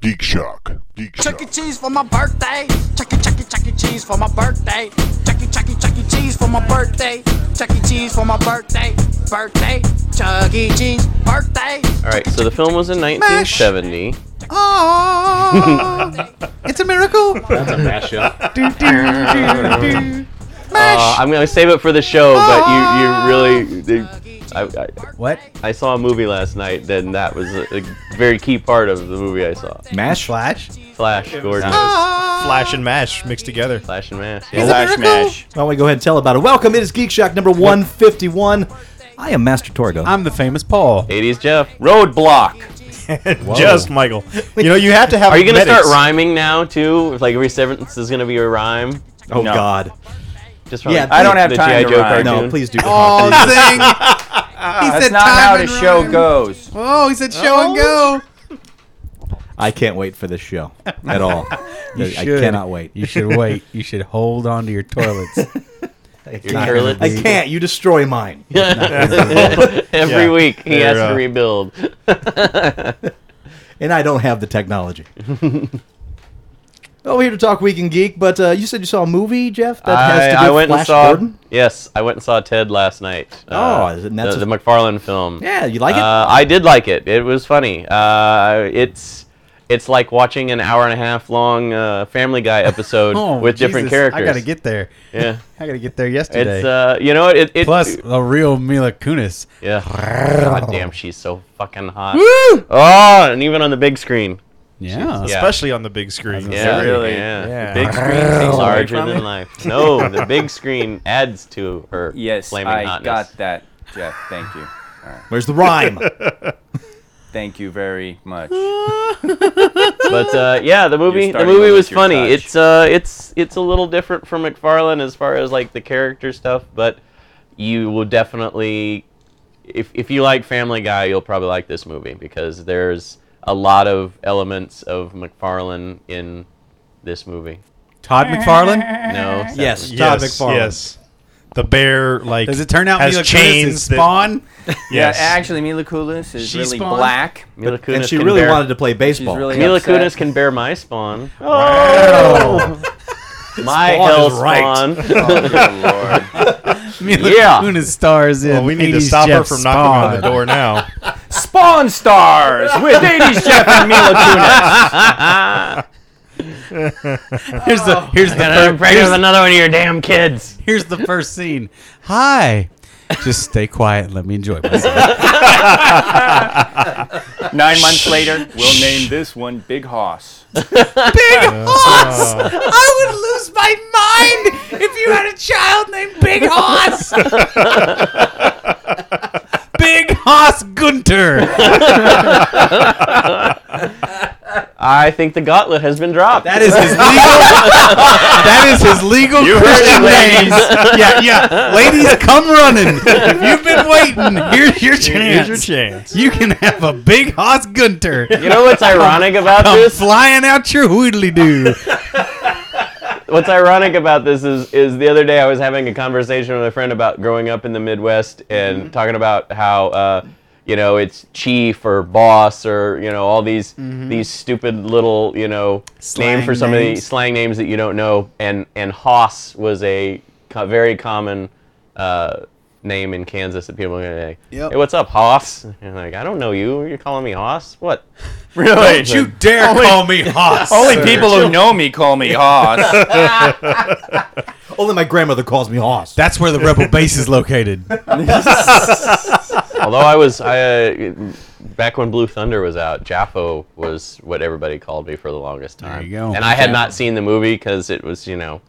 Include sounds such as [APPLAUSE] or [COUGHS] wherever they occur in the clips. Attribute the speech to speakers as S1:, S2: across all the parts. S1: Geek Shock. Geek
S2: Chuck E.
S1: Shock.
S2: Cheese for my birthday. Chuck E. Chuck E. Chuck E. Cheese for my birthday. Chuck E. Chuck E. Chuck E. Cheese for my birthday. Chuck E. Cheese for my birthday. Birthday. Chuck E. Cheese birthday.
S3: All right, so the film was in 1970.
S4: Oh, [LAUGHS] it's a miracle.
S5: That's
S4: [LAUGHS]
S5: a mashup.
S4: Do, do, do, do.
S3: Uh, I'm gonna save it for the show, but you you
S2: E,
S3: really. I, I,
S4: What?
S3: I saw a movie last night, then that was a, a very key part of the movie I saw.
S4: Mash flash.
S3: Flash Gordon,
S6: Flash and mash mixed together.
S3: Flash and Mash.
S4: Is
S3: Yeah.
S4: it a miracle? Why don't we go ahead and tell about it? Welcome. It is Geek Shock number 151. I am Master Torgo.
S5: I'm the famous Paul.
S3: 80s Jeff. Roadblock.
S6: Just Michael. You know you have to have.
S3: Are you gonna
S6: medics.
S3: start rhyming now too? If, Like every sentence is gonna be a rhyme.
S4: oh
S5: No.
S4: God.
S3: Just from
S4: Yeah,
S3: the-
S4: I don't
S5: have
S3: the
S5: time
S3: G.I.
S5: to
S3: Joe
S5: rhyme.
S3: cartoon. [LAUGHS]
S4: No, please do.
S7: Oh,
S4: Please.
S7: thing. he
S5: That's
S7: said
S5: not
S7: time
S5: how the
S7: and
S5: show
S7: rhyme.
S5: goes.
S7: Oh, he said show and go.
S4: I can't wait for this show at [LAUGHS] all. I
S5: should.
S4: cannot wait. Oh,
S5: You should wait. You should hold on to
S4: [LAUGHS]
S5: your toilets.
S3: Your toilets.
S4: I can't. You destroy
S3: [LAUGHS]
S4: mine.
S3: Every
S6: Yeah.
S3: week he
S6: They're,
S3: has to
S6: uh,
S3: rebuild.
S4: and I don't have the technology. well, we're here to talk Week in Geek, but uh, you said you saw a movie, Jeff, that has to do
S3: I, I
S4: with
S3: went
S4: Flash
S3: and saw.
S4: Gordon?
S3: Yes, I went and saw Ted last night. uh,
S4: Oh, is it- that's
S3: the,
S4: a-
S3: the McFarlane film.
S4: Yeah, you like it?
S3: Uh, I did like it. It was funny. Uh, it's it's like watching an hour and a half long uh, Family Guy
S4: [LAUGHS]
S3: episode
S4: Oh,
S3: with different
S5: Jesus,
S3: characters.
S5: I gotta get there.
S3: Yeah,
S5: [LAUGHS] I gotta get there yesterday.
S3: it's uh, you know it. it
S5: Plus, a real Mila Kunis.
S3: yeah. God damn, she's so fucking hot. Oh, and even on the big screen.
S5: Yeah.
S3: Yeah.
S6: Especially on the big screen.
S3: Yeah,
S5: Really?
S3: Yeah.
S5: Yeah.
S3: The big screen takes larger
S8: from
S3: than
S8: it?
S3: life. No, the
S8: [LAUGHS]
S3: big screen adds to her
S8: Yes,
S3: flaming
S8: I
S3: hotness.
S8: got that, Jeff. Thank you. All right.
S4: Where's the [LAUGHS] rhyme?
S8: Thank you very much.
S3: But uh, yeah, the movie the
S8: starting
S3: movie
S8: with
S3: was
S8: your
S3: funny.
S8: touch.
S3: It's uh, it's it's a little different from McFarlane as far as like the character stuff, but you will definitely if if you like Family Guy, you'll probably like this movie because there's a lot of elements of McFarlane in this movie.
S5: Todd McFarlane.
S3: No. it's not-
S4: yes.
S6: Yes,
S5: Todd McFarlane.
S6: Yes. The bear like
S5: Does it turn out
S6: has
S5: Mila Kunis
S6: chains
S5: is
S6: [LAUGHS]
S5: Spawn?
S6: That, yes.
S8: Yeah, actually, Mila Kunis is
S5: She
S8: really
S5: spawned-
S8: black.
S3: Mila Kunis
S4: and she
S3: can
S4: really
S3: bear,
S4: wanted to play baseball.
S8: really-
S3: Mila
S8: upset.
S3: Kunis can bear my spawn. Oh. My
S5: Spawn
S3: hell
S5: is right.
S3: spawn.
S8: [LAUGHS] Oh, dear Lord.
S5: Mila
S3: Yeah.
S5: Kunis stars in.
S6: well, we need to
S5: 80s
S6: stop her
S5: Jeff
S6: from knocking on the
S5: Spawn.
S6: door now.
S8: Spawn stars with 80s Jeff
S3: [LAUGHS]
S8: and Mila Kunis.
S5: Here's the here's the
S6: [LAUGHS]
S3: I'm
S5: first,
S3: pregnant
S5: here's,
S3: with another one of your damn kids.
S5: here's the first scene. Hi. Just stay quiet and let me enjoy myself.
S8: Nine months later, we'll name this one Big Hoss.
S5: I would lose my mind if you had a child named Big Hoss. Big Hoss Gunter.
S3: I think the gauntlet has been dropped.
S5: That is his legal. that is his legal Christian name. yeah, yeah. Ladies, come running. If you've been waiting, here's your chance.
S6: Here's your chance.
S5: You can have a Big Hoss Gunter.
S3: You know
S5: [LAUGHS]
S3: what's ironic about
S5: Come
S3: this?
S5: flying out your hoodly doo.
S3: What's ironic about this is is the other day I was having a conversation with a friend about growing up in the Midwest and
S5: Mm-hmm.
S3: talking about how uh, you know it's chief or boss or you know all these these stupid little you know name
S5: Mm-hmm. Slang
S3: for some of the
S5: names.
S3: slang names that you don't know and and hoss was a co- very common uh, name in Kansas that people are like hey what's up hoss and I'm like I don't know you you're calling me hoss what
S8: Really?
S5: Don't you dare call me Hoss.
S8: [LAUGHS] Only people who know me call
S3: [LAUGHS]
S8: me Hoss.
S4: Only my grandmother calls me Hoss.
S5: That's where the rebel base is located.
S3: Although I was, I, uh, back when Blue Thunder was out, Jaffo was what everybody called me for the longest time.
S5: you go.
S3: And I had not seen the movie because it was, you know,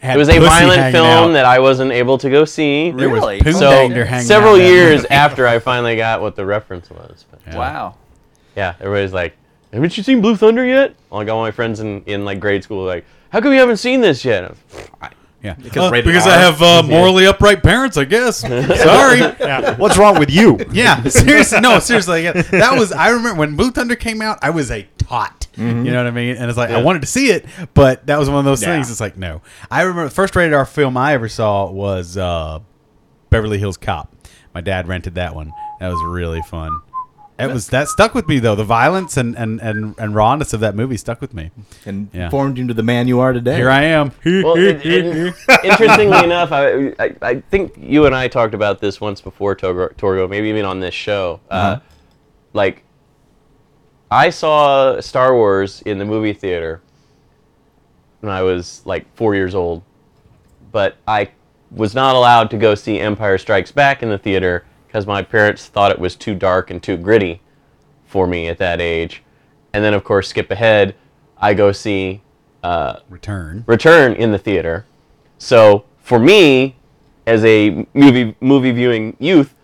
S5: Had
S3: it was a
S5: pussy
S3: violent
S5: hanging
S3: film
S5: out.
S3: that I wasn't able to go see.
S5: there was
S8: Really?
S5: poon
S3: So
S5: dander hanging
S3: several
S5: out there.
S3: years after I finally got what the reference was. But, yeah.
S8: Wow.
S3: everybody's like, "Haven't you seen Blue Thunder yet?" Like all my friends in, in like grade school, were like, "How come you haven't seen this yet?" I was,
S5: Yeah.
S4: Because
S5: Uh,
S4: rated
S5: because
S4: R.
S5: I have uh, morally upright parents, I guess. Sorry.
S6: Yeah.
S4: What's wrong with you?
S5: Yeah, seriously. No, seriously. yeah. That was. I remember when Blue Thunder came out. I was a tot. You know what I mean? And it's like I wanted to see it, but that was one of those things. It's like no. I remember the first rated R film I ever saw was uh, Beverly Hills Cop. My dad rented that one. That was really fun. It was that stuck with me though. The violence and and and, and rawness of that movie stuck with me.
S4: And
S5: Yeah.
S4: formed you into the man you are today.
S5: Here I am.
S3: Well, it,
S5: [LAUGHS]
S3: it- interestingly enough, I, I I think you and I talked about this once before, Torgo, Torgo maybe even on this show. uh like, I saw Star Wars in the movie theater when I was like four years old, but I was not allowed to go see Empire Strikes Back in the theater because my parents thought it was too dark and too gritty for me at that age. And then, of course, skip ahead, I go see. Uh,
S5: Return.
S3: return in the theater. So for me, as a movie movie viewing youth,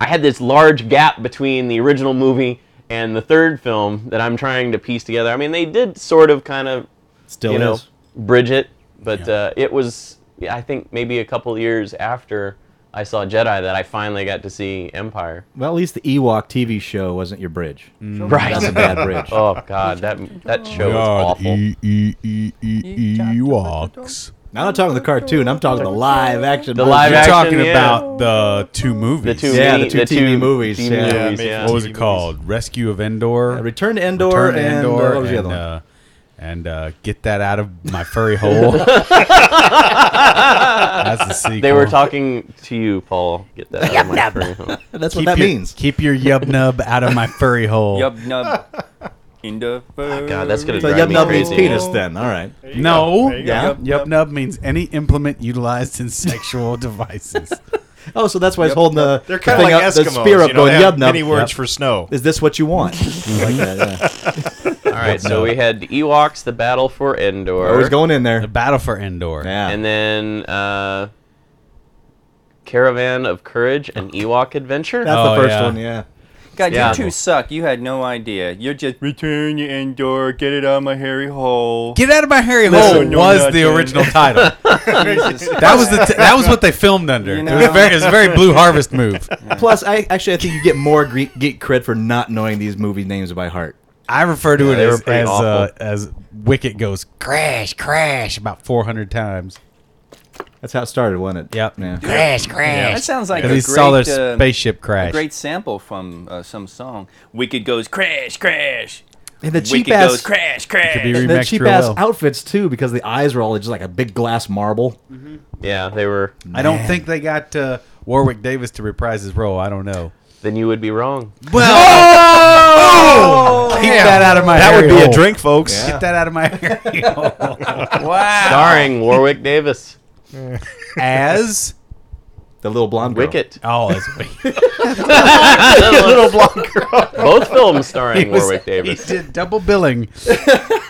S3: I had this large gap between the original movie and the third film that I'm trying to piece together. I mean, they did sort of kind of
S4: Still
S3: you know
S4: is.
S3: bridge it, but uh, it was yeah, I think maybe a couple years after I saw Jedi that I finally got to see Empire.
S4: Well, at least the Ewok TV show wasn't your bridge.
S3: Right.
S4: That's a bad bridge.
S3: Oh God, that that show was awful.
S4: E
S5: E, Ewoks.
S4: Now I'm not talking the cartoon. I'm talking the live action.
S3: The
S4: version.
S3: live
S5: You're
S3: action,
S5: talking
S3: yeah.
S5: about the two
S3: The
S5: movies.
S3: two,
S4: Yeah, the
S3: me-
S4: two TV movies,
S3: TV
S4: yeah.
S6: Yeah,
S3: movies,
S6: made
S3: yeah.
S5: What was
S6: TV
S5: it called? Rescue of Endor.
S4: Uh, Return to Endor
S5: Return to
S4: and uh,
S5: Endor
S4: what was the
S5: and,
S4: other one?
S5: uh, and uh, get that out of my furry hole. That's the sequel.
S3: They were talking to you, Paul. Get that out of my brain.
S4: That's what
S5: Keep
S4: that
S5: your,
S4: means.
S5: Keep your yub nub out of my furry hole.
S3: [LAUGHS]
S8: Yub nub. In the fur.
S3: God, that's gonna
S4: So
S3: drive
S4: Yub
S3: me
S4: Nub
S3: crazy.
S4: means penis then. All right.
S5: [LAUGHS] No.
S6: There you go. Yeah.
S5: Yub, yub nub means any implement utilized in sexual [LAUGHS] devices.
S4: Oh, so that's why he's holding the,
S6: [LAUGHS] They're
S4: the
S6: kind of
S4: thing
S6: like
S4: up,
S6: Eskimos.
S4: the spear up
S6: you know,
S4: going
S6: they have
S4: Yub Nub.
S6: Many words for snow. [LAUGHS]
S4: Is this what you want? like that, yeah.
S3: All right, so we had Ewoks, the battle for Endor,
S4: Always going in
S5: the
S4: there.
S5: battle for Endor.
S4: Yeah.
S3: and then uh, Caravan of Courage, an Ewok adventure.
S4: that's
S5: Oh,
S4: the first
S5: yeah.
S4: one, yeah.
S8: God,
S3: Yeah.
S8: you two suck. You had no idea. You're just return your indoor, get it out of my hairy
S5: [LAUGHS]
S8: hole.
S5: Get out of my hairy
S8: Listen,
S5: hole
S8: you're
S5: was
S8: not
S5: the
S8: doing
S5: original title.
S8: Jesus.
S5: That was the t- that was what they filmed under.
S8: You
S5: it, was
S8: know?
S5: very, it was a very Blue Harvest move.
S4: Plus, I actually I think you get more geek, geek cred for not knowing these movie names by heart.
S5: I refer to it
S3: they
S5: as
S3: were pretty
S5: as,
S3: awful.
S5: uh, as Wicket goes crash, crash about four hundred times.
S4: That's how it started, wasn't it?
S5: Yep.
S4: Yeah.
S5: Crash, crash.
S8: That sounds like a
S5: Because he
S8: great,
S5: saw their
S8: uh,
S5: spaceship crash.
S8: a great sample from uh, some song. Wicked goes crash, crash.
S4: And the cheap
S8: Wicked goes
S4: ass
S8: crash, crash.
S5: could be re-
S4: the
S5: Remixed
S4: cheap
S5: real
S4: ass
S5: well.
S4: outfits too, because the eyes were all just like a big glass marble.
S3: yeah, they were.
S5: I don't think they got uh, Warwick Davis to reprise his role. I don't know.
S3: Then you would be wrong.
S5: Oh! Keep that out of my.
S6: That would
S5: hairy
S6: be a
S5: hole.
S6: drink, folks.
S5: Get that out of my. hairy hole.
S8: wow.
S3: Starring Warwick Davis,
S5: As
S4: The little blonde girl.
S3: Wicket.
S5: oh, that's
S3: [LAUGHS] Little Both [LAUGHS] films starring Warwick Davis.
S5: He did double billing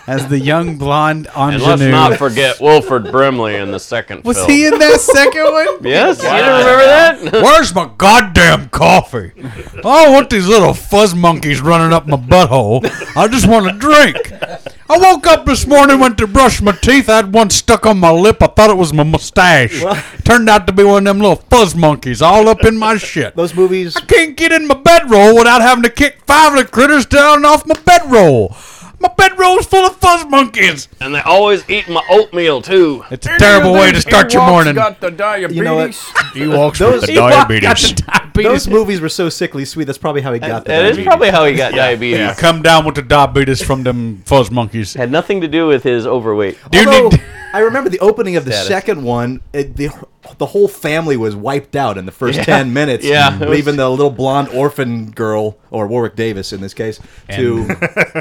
S5: as the young blonde
S3: [LAUGHS] And let's not
S5: ingenue.
S3: forget Wilford Brimley in the second
S5: Was
S3: film.
S5: he in that second
S3: [LAUGHS]
S5: one?
S3: Yes, you don't remember that?
S5: Where's my goddamn coffee? I don't want these little fuzz monkeys running up my butthole. I just want a drink. I woke up this morning, went to brush my teeth. I had one stuck on my lip. I thought it was my mustache. Turned out to be one of them little fuzz monkeys all up in my shit.
S4: Those movies.
S5: I can't get in my bedroll without having to kick five of the critters down and off my bedroll. My bedroll's full of fuzz monkeys.
S3: And they always eat my oatmeal too.
S5: It's a terrible way to start your morning.
S8: Got the diabetes.
S4: You know what?
S6: Ewoks
S4: Those-
S6: with the
S5: Ewok got
S6: diabetes.
S5: the diabetes.
S4: Those movies were so sickly sweet. That's probably how he got
S3: That
S4: that.
S3: is probably how he [LAUGHS] got diabetes.
S6: Yeah.
S5: come down with the diabetes from them fuzz monkeys.
S3: Had nothing to do with his overweight.
S5: you
S4: Although,
S5: [LAUGHS] need-
S4: I remember the opening of the
S3: Status.
S4: second one. It, the the whole family was wiped out in the first ten minutes.
S3: Yeah, it was-
S4: leaving the little blonde orphan girl or Warwick Davis in this case [LAUGHS] to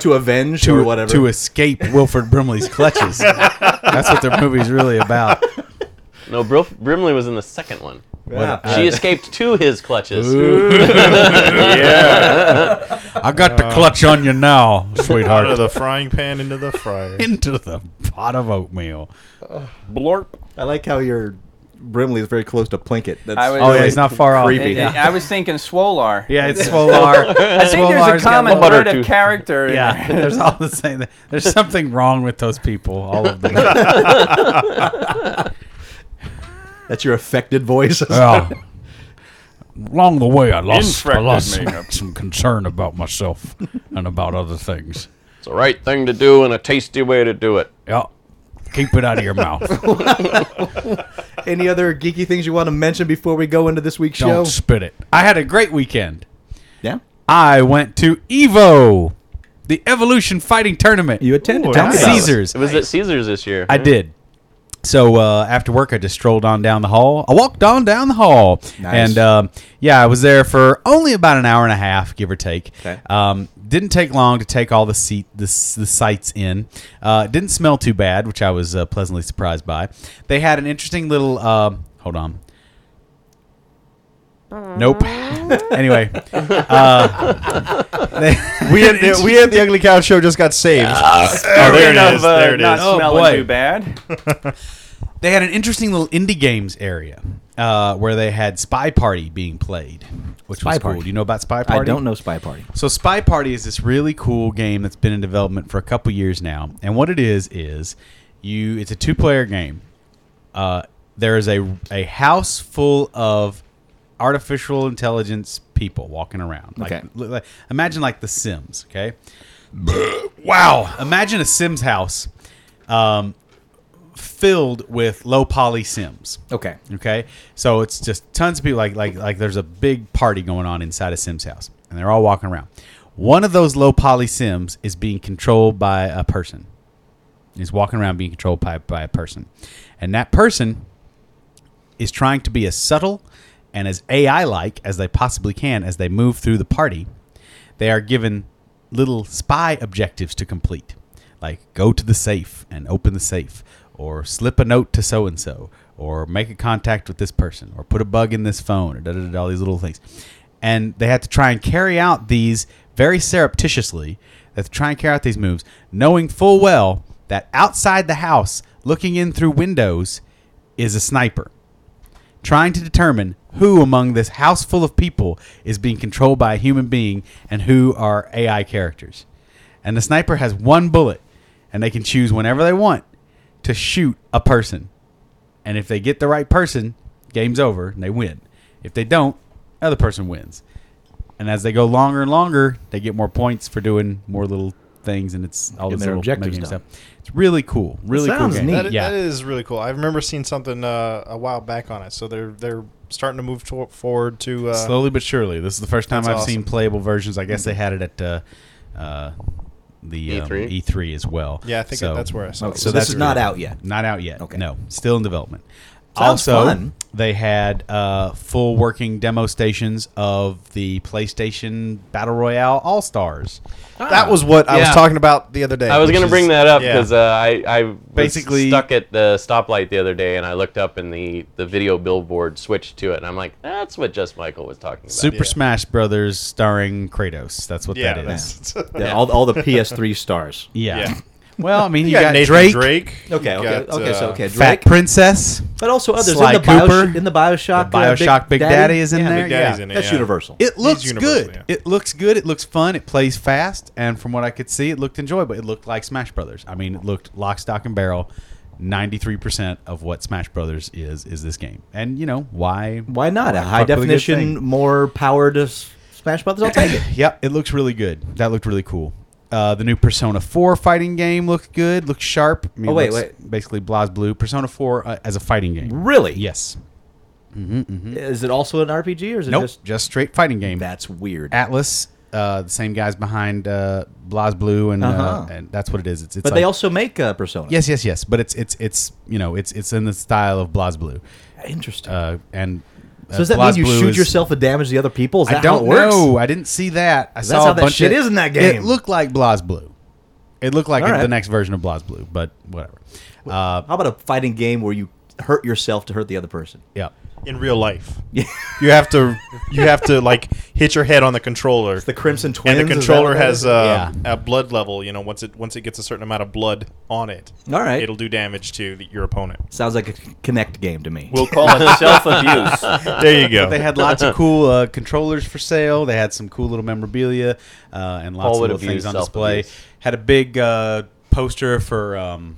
S4: to avenge or whatever.
S5: To escape Wilford Brimley's clutches. That's what their movie's really about.
S3: No, Br- Brimley was in the second one.
S4: Yeah.
S3: She escaped to his clutches.
S5: I got the clutch on you now,
S6: Out of
S5: sweetheart.
S6: the frying pan into the fryer.
S5: Into the pot of oatmeal.
S8: Blorp.
S4: I like how your Brimley is very close to Plinkett. That's
S8: I was-
S5: Oh, yeah, he's not far off.
S4: Creepy.
S8: I- I was thinking Swolar.
S5: Yeah, it's Swolar.
S8: I think there's a common
S3: butter
S8: thread
S3: tooth.
S8: of character. in
S5: Yeah,
S8: [LAUGHS] there.
S5: [LAUGHS] there's all the same. There's something wrong with those people, all of them.
S4: that's your affected voice.
S5: Well, along the way, I lost, I
S8: Infected
S5: lost
S8: me.
S5: some, some concern about myself and about other things.
S3: It's the right thing to do and a tasty way to do it.
S5: Yeah, keep it out of your mouth.
S4: [LAUGHS] Any other geeky things you want to mention before we go into this week's
S5: Don't
S4: show?
S5: spit it. I had a great weekend.
S4: Yeah.
S5: I went to Evo, the Evolution Fighting Tournament.
S4: You attended.
S5: at Caesars.
S3: It was at Caesars this year.
S5: I did. So uh, after work, I just strolled on down the hall. I walked on down the hall, and um, yeah, I was there for only about an hour and a half, give or take.
S4: Okay.
S5: Um, didn't take long to take all the seat the, s- the sights in. Uh, it didn't smell too bad, which I was uh, pleasantly surprised by. They had an interesting little. um hold on. Nope. [LAUGHS] anyway, uh, they-
S6: [LAUGHS] We had the, we had the ugly cow show just got saved. oh, there it is. There it
S8: uh, not
S6: is.
S5: Oh,
S8: smelling
S5: boy.
S8: too bad.
S5: they had an interesting little indie games area uh, where they had Spy Party being played, which
S4: Spy
S5: was
S4: Party.
S5: cool. Do you know about Spy Party?
S4: I don't know Spy Party.
S5: So Spy Party is this really cool game that's been in development for a couple years now, and what it is is you it's a two player game. Uh, there is a a house full of artificial intelligence people walking around. Like,
S4: Okay.
S5: li- like- imagine like the Sims. Okay. [COUGHS] wow. Imagine a Sims house. Um, filled with low poly sims
S4: Okay.
S5: Okay, so it's just tons of people. Like like like there's a big party going on inside of Sim's house, and they're all walking around. One of those low poly Sims is being controlled by a person. He's walking around being controlled by, by a person, and that person is trying to be as subtle and as AI like as they possibly can as they move through the party. They are given little spy objectives to complete, like go to the safe and open the safe, or slip a note to so and so, or make a contact with this person, or put a bug in this phone, or da da da, all these little things. And they have to try and carry out these very surreptitiously. They have to try and carry out these moves, knowing full well that outside the house, looking in through windows, is a sniper trying to determine who among this house full of people is being controlled by a human being and who are AI characters. And the sniper has one bullet, and they can choose whenever they want to shoot a person. And if they get the right person, game's over and they win. If they don't, another person wins. And as they go longer and longer, they get more points for doing more little things, and it's all
S4: Getting
S5: this
S4: their
S5: little
S4: objectives
S5: meta-game
S4: done.
S5: stuff. It's really cool. Really
S4: Sounds
S5: cool game.
S4: neat.
S6: That, i-
S5: yeah.
S6: that is really cool. I remember seeing something uh, a while back on it. So they're they're starting to move to- forward to uh,
S5: slowly but surely. This is the first time
S6: That's
S5: I've
S6: awesome.
S5: seen playable versions. I guess they had it at uh, uh, the um,
S3: E3?
S5: E3 as well.
S6: Yeah, I think
S5: So-
S6: that's where I saw.
S4: Okay, E
S6: it.
S4: Oh, so this is not out yet.
S5: Not out yet.
S4: Okay.
S5: No, still in development.
S4: Sounds
S5: also,
S4: fun.
S5: they had uh, full working demo stations of the PlayStation Battle Royale All Stars.
S6: that was what I was
S3: Yeah.
S6: talking about the other day.
S3: I was
S6: which
S3: going to
S6: is-
S3: bring that up
S6: yeah.
S3: because uh, I, I was
S5: Basically-
S3: stuck at the stoplight the other day and I looked up and the, the video billboard switched to it and I'm like, that's what Just Michael was talking about.
S5: Super Smash Brothers starring Kratos. That's what
S6: yeah,
S5: that is.
S6: that's- [LAUGHS]
S4: Yeah, all, all the PS3
S5: [LAUGHS]
S4: stars.
S5: Yeah.
S6: Yeah.
S5: Well, I mean, you,
S6: [LAUGHS] You got,
S5: got,
S6: Nathan
S5: Drake,
S6: Drake.
S4: Okay,
S6: You
S4: okay,
S6: got,
S4: okay.
S6: uh,
S4: So okay,
S5: Fat
S4: Drake,
S5: Princess.
S4: but also others
S5: Sly
S4: in the Biosho-
S5: Cooper.
S4: in the Bioshock.
S5: The
S4: uh,
S5: Bioshock Big Daddy is in there,
S6: Big Daddy's
S5: yeah.
S6: in it.
S4: That's
S6: yeah.
S4: universal.
S5: It looks
S6: universal,
S5: good.
S6: yeah.
S5: It looks good. It looks fun. It plays fast, and from what I could see, it looked enjoyable. It looked like Smash Brothers. I mean, it looked lock, stock, and barrel. Ninety-three percent of what Smash Brothers is is this game, and you know why?
S4: Why not? A
S5: fuck
S4: high
S5: with a good
S4: definition,
S5: thing?
S4: more power to S- Smash Brothers. I'll take it.
S5: yeah, it looks really good. That looked really cool. Uh, the new Persona 4 fighting game looked good. Looked sharp. I mean,
S4: Oh,
S5: it
S4: wait,
S5: looks
S4: wait.
S5: Basically, Blas Blue. Persona 4 uh, as a fighting game.
S4: Really?
S5: Yes.
S4: Is it also an RPG or is it
S5: Nope.
S4: just?
S5: Just, straight fighting game.
S4: That's weird.
S5: Atlas, uh, the same guys behind uh, Blas Blue, and uh
S4: Uh-huh.
S5: and that's what it is. It's, it's
S4: but they
S5: like-
S4: also make uh, Persona.
S5: Yes, yes, yes. But it's it's it's you know it's it's in the style of Blas Blue,
S4: Interesting.
S5: uh, and uh,
S4: so does that
S5: Blaze
S4: mean you
S5: Blue
S4: shoot
S5: is-
S4: yourself and damage the other people? Is that
S5: I
S4: how
S5: don't
S4: it works?
S5: know. I didn't see that. I
S4: That's
S5: saw
S4: how
S5: a
S4: that
S5: bunch
S4: shit
S5: of,
S4: is in that
S5: It
S4: game.
S5: looked like Blas Blue. It looked like
S4: All right.
S5: the next version of Blas Blue, but whatever. Uh,
S4: How about a fighting game where you hurt yourself to hurt the other person? [LAUGHS]
S5: yeah.
S6: in real life.
S4: Yeah.
S6: You have to you have to like hit your head on the controller.
S4: The Crimson Twins.
S6: and the
S4: is that
S6: controller
S4: what that
S6: has
S4: is?
S6: uh,
S5: Yeah.
S6: a blood level. You know, once it once it gets a certain amount of blood on it,
S4: All right.
S6: it'll do damage to the, your opponent.
S4: Sounds like a Connect game to me.
S8: We'll call it self abuse.
S6: There you go.
S5: They had lots
S6: [LAUGHS]
S5: of cool uh, controllers for sale. They had some cool little memorabilia uh, and lots
S3: Paul
S5: of
S3: would
S5: little
S3: abuse
S5: things on display.
S3: self-abuse.
S5: Had a big uh, poster for um,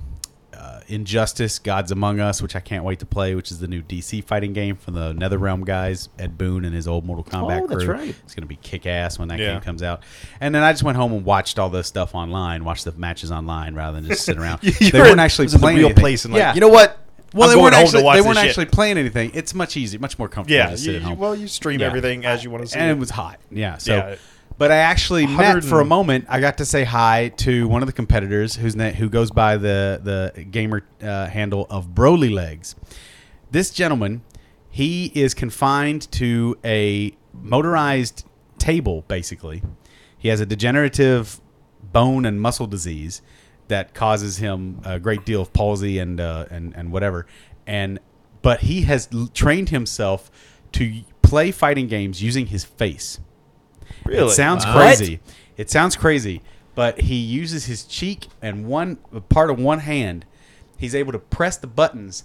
S5: uh, Injustice: Gods Among Us, which I can't wait to play. Which is the new DC fighting game from the NetherRealm guys, Ed Boon and his old Mortal Kombat
S4: Oh, that's
S5: crew.
S4: right.
S5: It's going to be kick ass when that
S6: Yeah.
S5: game comes out. And then I just went home and watched all this stuff online, watched the matches online rather than
S6: [LAUGHS]
S5: just sit around. they
S6: were
S5: weren't
S6: in-
S5: actually
S6: it was in the
S5: playing
S6: real
S5: anything.
S6: place and like,
S5: yeah.
S6: you know what?
S5: Well,
S6: I'm
S5: they
S6: going
S5: weren't
S6: home to
S5: actually
S6: watch
S5: they
S6: this
S5: weren't
S6: shit.
S5: actually playing anything. It's much easier, much more comfortable
S6: Yeah.
S5: to sit
S6: you-
S5: at
S6: you-
S5: home
S6: well, you stream
S5: Yeah.
S6: everything as you want to see.
S5: and it
S6: it.
S5: was hot. Yeah, so
S6: Yeah.
S5: But I actually met
S6: 100
S5: for a moment. I got to say hi to one of the competitors who's na- who goes by the the gamer uh, handle of Broly Legs. This gentleman, he is confined to a motorized table. Basically, he has a degenerative bone and muscle disease that causes him a great deal of palsy and uh, and and whatever. And but he has l- trained himself to play fighting games using his face.
S3: Really?
S5: It sounds
S3: Wow.
S5: crazy. It sounds crazy, but he uses his cheek and one part of one hand. He's able to press the buttons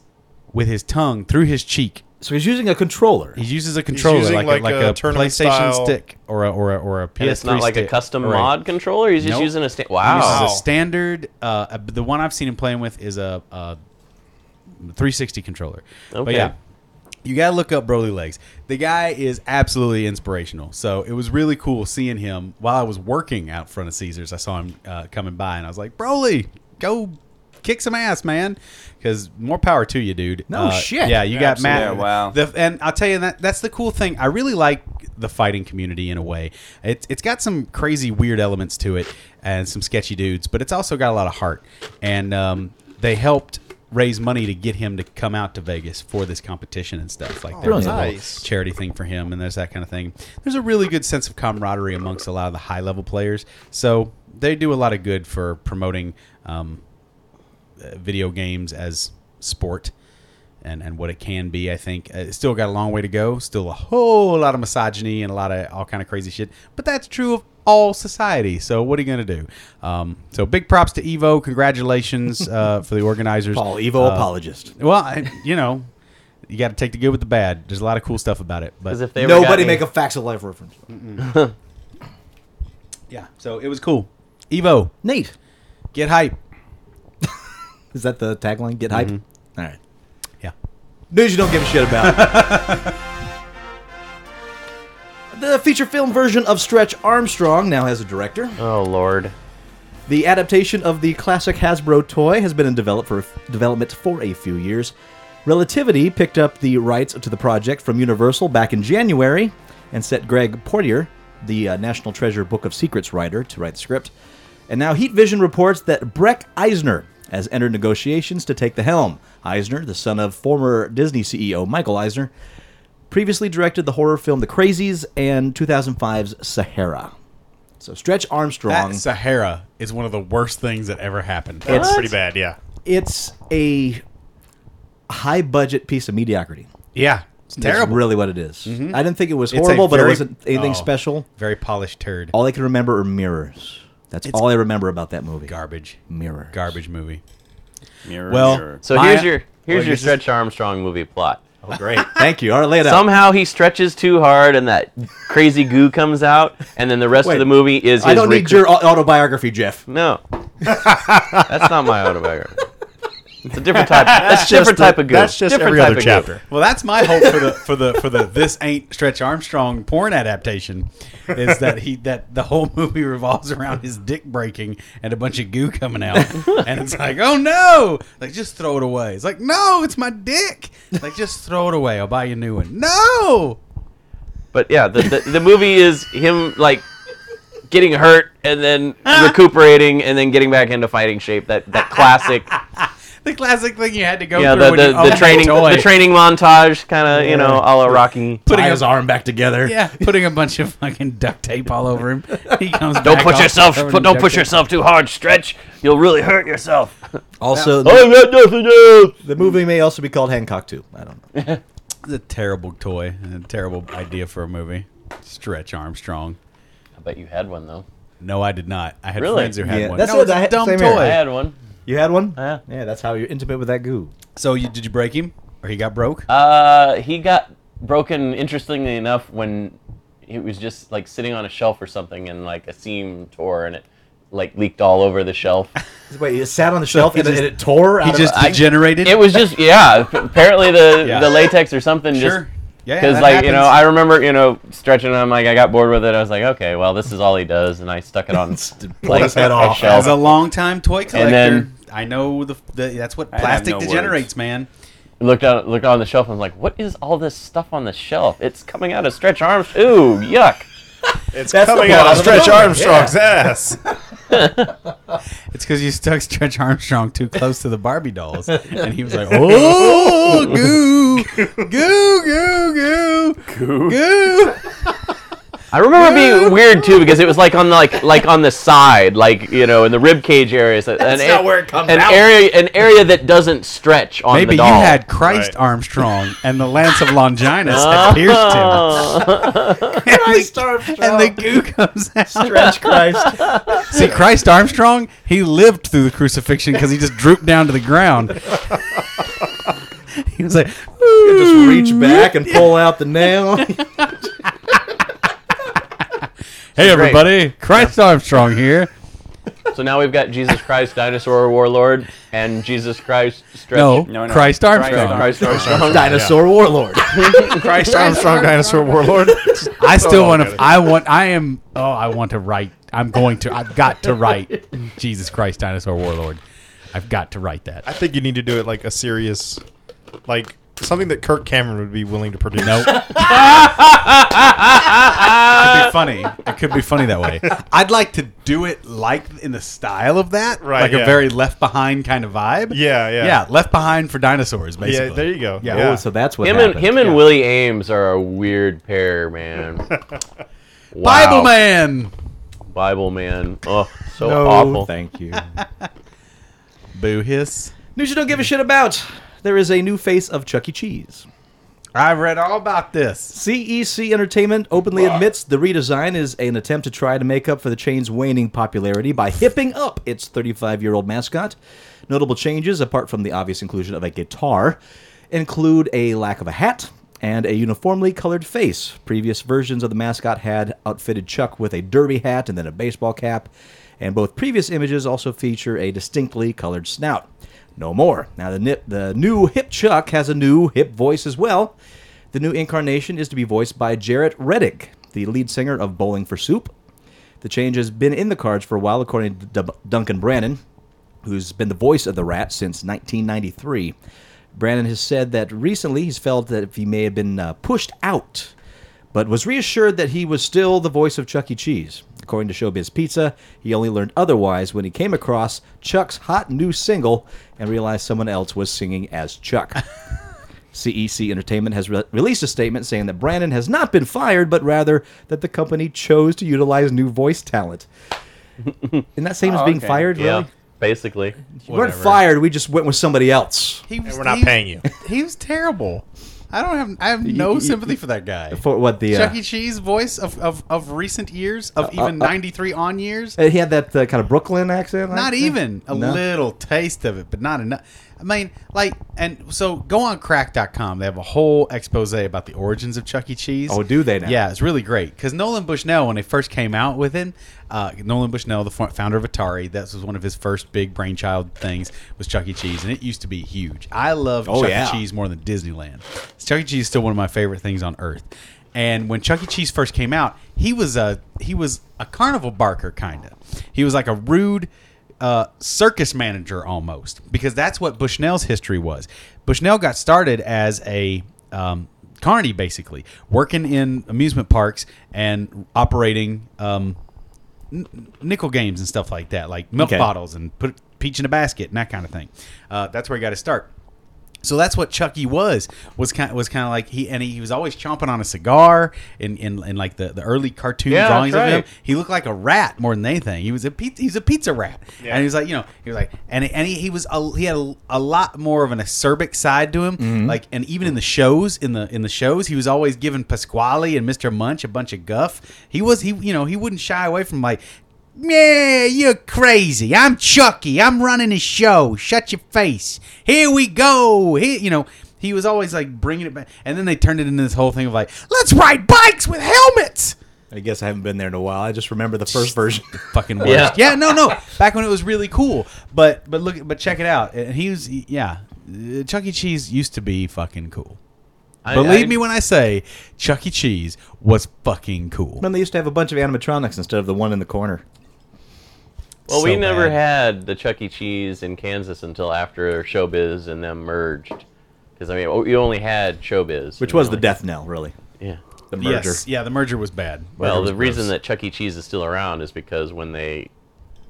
S5: with his tongue through his cheek.
S4: So he's using a controller.
S5: He uses a controller
S6: using
S5: like, a,
S6: like
S5: like
S6: a
S5: a,
S6: tournament
S5: PlayStation
S6: style-
S5: stick or a, or a, or a PS3
S3: And it's not like a
S5: stick
S3: custom
S5: or a-
S3: mod controller. He's just
S5: Nope.
S3: using a sta-
S5: He
S3: wow.
S5: uses a standard. Uh, a- the one I've seen him playing with is a, a 360 controller. But
S3: Okay.
S5: yeah, you gotta look up Broly Legs. The guy is absolutely inspirational. So it was really cool seeing him while I was working out front of Caesars. I saw him uh, coming by, and I was like, Broly, go kick some ass, man. Because more power to you, dude. Uh,
S4: No shit.
S5: Yeah, you
S6: Yeah,
S5: got Matt.
S8: absolutely. Yeah, wow.
S5: The, and I'll tell you that that's the cool thing. I really like the fighting community in a way. It's it's got some crazy weird elements to it and some sketchy dudes, but it's also got a lot of heart. And um, they helped raise money to get him to come out to Vegas for this competition and stuff like that.
S4: Brilliant.
S6: Nice.
S5: charity thing for him and there's that kind of thing. There's a really good sense of camaraderie amongst a lot of the high level players. So they do a lot of good for promoting um, uh, video games as sport and, and what it can be. I think uh, it's still got a long way to go. Still a whole lot of misogyny and a lot of all kind of crazy shit. But that's true of all society. So what are you gonna do? Um, so big props to Evo. Congratulations uh, for the organizers.
S4: Paul, Evo
S5: Uh,
S4: apologist.
S5: Well, I, you know, you got to take the good with the bad. There's a lot of cool stuff about it. But
S3: As if they ever got
S4: Nobody
S3: me-
S4: make a facts of life reference.
S5: yeah, so it was cool. Evo,
S4: Nate,
S5: get hype.
S4: is that the tagline? Get hype. All right.
S5: Yeah.
S4: News you don't give a shit about. [LAUGHS] the feature film version of Stretch Armstrong now has a director.
S3: Oh lord.
S4: The adaptation of the classic Hasbro toy has been in develop for, development for a few years. Relativity picked up the rights to the project from Universal back in January and set Greg Portier, the uh, National Treasure Book of Secrets writer, to write the script. And now Heat Vision reports that Breck Eisner has entered negotiations to take the helm. Eisner, the son of former Disney CEO Michael Eisner, previously directed the horror film The Crazies and 2005's Sahara. So Stretch Armstrong.
S5: That Sahara is one of the worst things that ever happened.
S6: That's pretty bad. Yeah.
S4: it's a high budget piece of mediocrity.
S5: Yeah, it's
S4: That's
S5: terrible.
S4: really what it is. I didn't think it was
S5: It's a
S4: horrible, but it
S5: very-
S4: wasn't anything
S5: oh.
S4: special.
S5: Very polished turd.
S4: All I can remember are mirrors. That's all I remember about that movie.
S5: garbage.
S4: Mirrors.
S5: Garbage movie.
S8: Mirror,
S5: Well-
S8: mirror.
S3: So
S5: My-
S3: here's your here's your
S5: well, you're just-
S3: Stretch Armstrong movie plot.
S6: Oh, great.
S4: Thank you. All right, lay it
S3: [LAUGHS]
S4: out.
S3: Somehow he stretches too hard, and that crazy goo comes out, and then the rest
S4: Wait.
S3: of the movie is. His
S4: I don't need
S3: recre-
S4: your au- autobiography, Jeff.
S3: No, that's not my autobiography. It's a different type. That's a different
S6: the-
S3: type of goo.
S6: that's just
S3: different
S6: every
S3: type
S6: other
S3: of goo.
S6: chapter.
S5: Well, that's my hope for the for the for the this ain't Stretch Armstrong porn adaptation is that he that the whole movie revolves around his dick breaking and a bunch of goo coming out, and it's like, oh no, like just throw it away. It's like, no, it's my dick. Like just throw it away. I'll buy you a new one. No,
S3: But yeah, the, the the movie is him like getting hurt and then recuperating and then getting back into fighting shape. That that classic.
S5: the classic thing you had to go
S3: Yeah,
S5: through
S3: the,
S5: when you
S3: the,
S5: owned
S3: the
S5: a
S3: training
S5: toy.
S3: the training montage kind of you know a la Rocky.
S5: Putting his
S4: arm back together.
S5: Yeah, putting a bunch of fucking duct tape all over him. He comes.
S3: Don't
S5: back
S3: push
S5: all
S3: yourself
S5: covered
S3: put,
S5: in
S3: don't
S5: duct
S3: push
S5: tape.
S3: yourself too hard. Stretch, you'll really hurt yourself.
S4: Also,
S3: I got nothing else.
S4: the movie may also be called Hancock 2. I don't know.
S5: It's a terrible toy and a terrible idea for a movie. Stretch Armstrong.
S3: I bet you had one though.
S5: No, I did not. I had
S3: Really?
S5: friends who had
S4: Yeah,
S5: one.
S4: that's
S5: no,
S4: what
S5: it's
S4: I
S5: a
S4: had-
S5: dumb
S4: same
S5: toy.
S4: here.
S3: I had one.
S4: You had one?
S3: Yeah.
S4: yeah, that's how you're intimate with that goo.
S5: So you, did you break him, or he got broke?
S3: Uh, he got broken interestingly enough when he was just like sitting on a shelf or something and like a seam tore and it like leaked all over the shelf.
S4: Wait, it sat on the shelf
S5: he
S4: and, it-
S5: just-
S4: and it tore
S5: he
S4: out
S5: just
S4: of [LAUGHS]
S3: [LAUGHS]
S5: degenerated.
S3: It was just yeah. p- Apparently the
S5: Yeah.
S3: the latex or something
S5: Sure.
S3: just.
S5: Yeah, yeah,
S3: Because
S5: that
S3: like you know, I
S5: happens.
S3: remember you know stretching. I'm like I got bored with it. I was like, okay, well this is all he does, and I stuck it on like
S4: his head
S3: a
S4: off.
S3: shelf.
S5: As a longtime toy collector,
S3: then-
S5: I know the, the that's what
S8: have
S5: plastic
S8: no
S5: degenerates, man.
S3: looked on looked on the shelf and was like, what is all this stuff on the shelf? It's coming out of Stretch Arms. Ooh, yuck.
S6: It's
S4: That's the
S6: coming
S4: plot
S6: out of
S4: of the
S6: Stretch
S4: movie, [LAUGHS]
S6: Armstrong's
S4: yeah.
S6: ass.
S5: It's because you stuck Stretch Armstrong too close to the Barbie dolls, and he
S3: [LAUGHS]
S5: was like, "Oh, [LAUGHS] goo, goo, goo, goo, goo."
S3: I remember it being weird too because it was like on the, like like on the side, like you know, in the rib cage areas. That's
S4: not where it comes
S3: an
S4: out.
S3: area an area that doesn't stretch on
S5: Maybe
S3: the
S5: you
S3: doll.
S5: had Christ Armstrong, and the lance of
S3: [LAUGHS]
S5: Longinus had pierced him, [LAUGHS]
S2: [LAUGHS]
S4: Christ Armstrong.
S5: and the goo comes [LAUGHS] out.
S4: Stretch [LAUGHS] Christ.
S5: See, Christ Armstrong, he lived through the crucifixion because he just drooped down to the ground. [LAUGHS] he was like, "Ooh."
S4: Just
S5: Mm.
S4: reach back and pull out the nail. [LAUGHS]
S5: "Hey,
S3: great.
S5: everybody, Christ Armstrong here."
S3: So now we've got Jesus Christ Dinosaur Warlord and Jesus Christ Stretch.
S5: No,
S8: No, no.
S5: Christ Armstrong.
S3: Christ Armstrong.
S4: Dinosaur warlord.
S6: Christ Armstrong, dinosaur warlord.
S5: I still want to. I want. I am. Oh, I want to write. I'm going to. I've got to write. Jesus Christ, dinosaur warlord. I've got to write
S6: [LAUGHS] I
S5: that.
S6: think you need to do it like a serious, like something that Kirk Cameron would be willing to produce. [LAUGHS]
S5: Nope. could be funny. It could be funny that way. I'd like to do it like in the style of that,
S6: Right,
S5: Like a
S6: yeah.
S5: very Left Behind kind of vibe.
S6: Yeah, yeah.
S5: yeah. Left Behind for dinosaurs,
S6: Yeah,
S5: basically.
S6: there you go.
S5: Yeah.
S4: Oh, so that's what
S3: Him and
S4: happened.
S3: him and Willie Ames are a weird pair, man. Wow.
S5: [LAUGHS] Bible man.
S3: Bible man. Oh, so
S4: No,
S3: awful.
S4: thank you. [LAUGHS]
S5: Boo
S6: [LAUGHS]
S5: hiss.
S4: News you don't give a shit about. There is a new face of Chuck E. Cheese.
S5: I read all about this.
S4: CEC E Entertainment openly admits the redesign is an attempt to try to make up for the chain's waning popularity by hipping up its 35 year old mascot. Notable changes, apart from the obvious inclusion of a guitar, include a lack of a hat and a uniformly colored face. Previous versions of the mascot had outfitted Chuck with a derby hat and then a baseball cap, and both previous images also feature a distinctly colored snout. No more. Now, the, nip, the new hip Chuck has a new hip voice as well. The new incarnation is to be voiced by Jarrett Reddick, the lead singer of Bowling for Soup. The change has been in the cards for a while, according to Dub- Duncan Brannon, who's been the voice of the rat since 1993. Brannon has said that recently he's felt that if he may have been uh, pushed out, but was reassured that he was still the voice of Chuck E. Cheese. According to Showbiz Pizza, he only learned otherwise when he came across Chuck's hot new single and realized someone else was singing as Chuck. CEC Entertainment has re- released a statement saying that Brandon has not been fired, but rather that the company chose to utilize new voice talent. Isn't that same as being
S8: okay.
S4: fired, really?
S3: Yeah, basically.
S4: You weren't fired. We just went with somebody else.
S5: He was,
S6: We're not
S5: he-
S6: paying you.
S5: [LAUGHS] He was terrible. I don't have. I have no sympathy for that guy.
S4: For what the uh,
S5: Chuck E. Cheese voice of, of, of recent years, of even 93 on years.
S4: he had that uh, kind of Brooklyn accent.
S5: Not even a
S4: No.
S5: little taste of it, but not enough. I mean, like, and so go on crack.com. They have a whole expose about the origins of Chuck E. Cheese.
S4: Oh, do they now?
S5: Yeah, it's really great. Because Nolan Bushnell, when they first came out with him, uh, Nolan Bushnell, the fo- founder of Atari, that was one of his first big brainchild things, was Chuck E. Cheese. And it used to be huge. I love
S4: Oh,
S5: Chuck
S4: yeah.
S5: E. Cheese more than Disneyland. Chuck E. Cheese is still one of my favorite things on earth. And when Chuck E. Cheese first came out, he was a he was a carnival barker kind of. He was like a rude uh, circus manager almost because that's what Bushnell's history was. Bushnell got started as a um, carny basically, working in amusement parks and operating um, n- nickel games and stuff like that, like milk
S4: Okay.
S5: bottles and put peach in a basket and that kind of thing. Uh, that's where he got his start. So that's what Chucky was was kind was kind of like he and he, was always chomping on a cigar in in, in like the, the early cartoon
S3: Yeah, that's
S5: drawings of him.
S3: right.
S5: He looked like a rat more than anything. He was a pizza, he's a pizza rat, and he was like you know he was like and and he, he was a, he had a, a lot more of an acerbic side to him.
S3: Mm-hmm.
S5: Like and even in the shows in the in the shows he was always giving Pasquale and Mister Munch a bunch of guff. He was he you know he wouldn't shy away from like. Yeah, you're crazy. I'm Chucky. I'm running a show. Shut your face. Here we go. Here, you know, he was always like bringing it back. And then they turned it into this whole thing of like, let's ride bikes with helmets.
S4: I guess I haven't been there in a while. I just remember the first [LAUGHS] version.
S5: fucking worst. Yeah.
S3: Yeah.
S5: no, no. Back when it was really cool. But but look, but check it out. And he was yeah. Uh, Chuck E. Cheese used to be fucking cool.
S3: I-
S5: Believe
S3: I-
S5: me when I say Chuck E. Cheese was fucking cool.
S4: Remember, they used to have a bunch of animatronics instead of the one in the corner.
S3: Well,
S5: so
S3: we never
S5: bad.
S3: had the Chuck E. Cheese in Kansas until after Showbiz and them merged. Because I mean, we only had Showbiz,
S4: Which
S3: We
S4: was the
S3: only-
S4: death knell, really.
S3: Yeah.
S4: The merger.
S5: Yes, yeah, the merger was bad.
S3: Well,
S4: was
S3: the reason
S4: gross.
S3: that Chuck E. Cheese is still around is because when they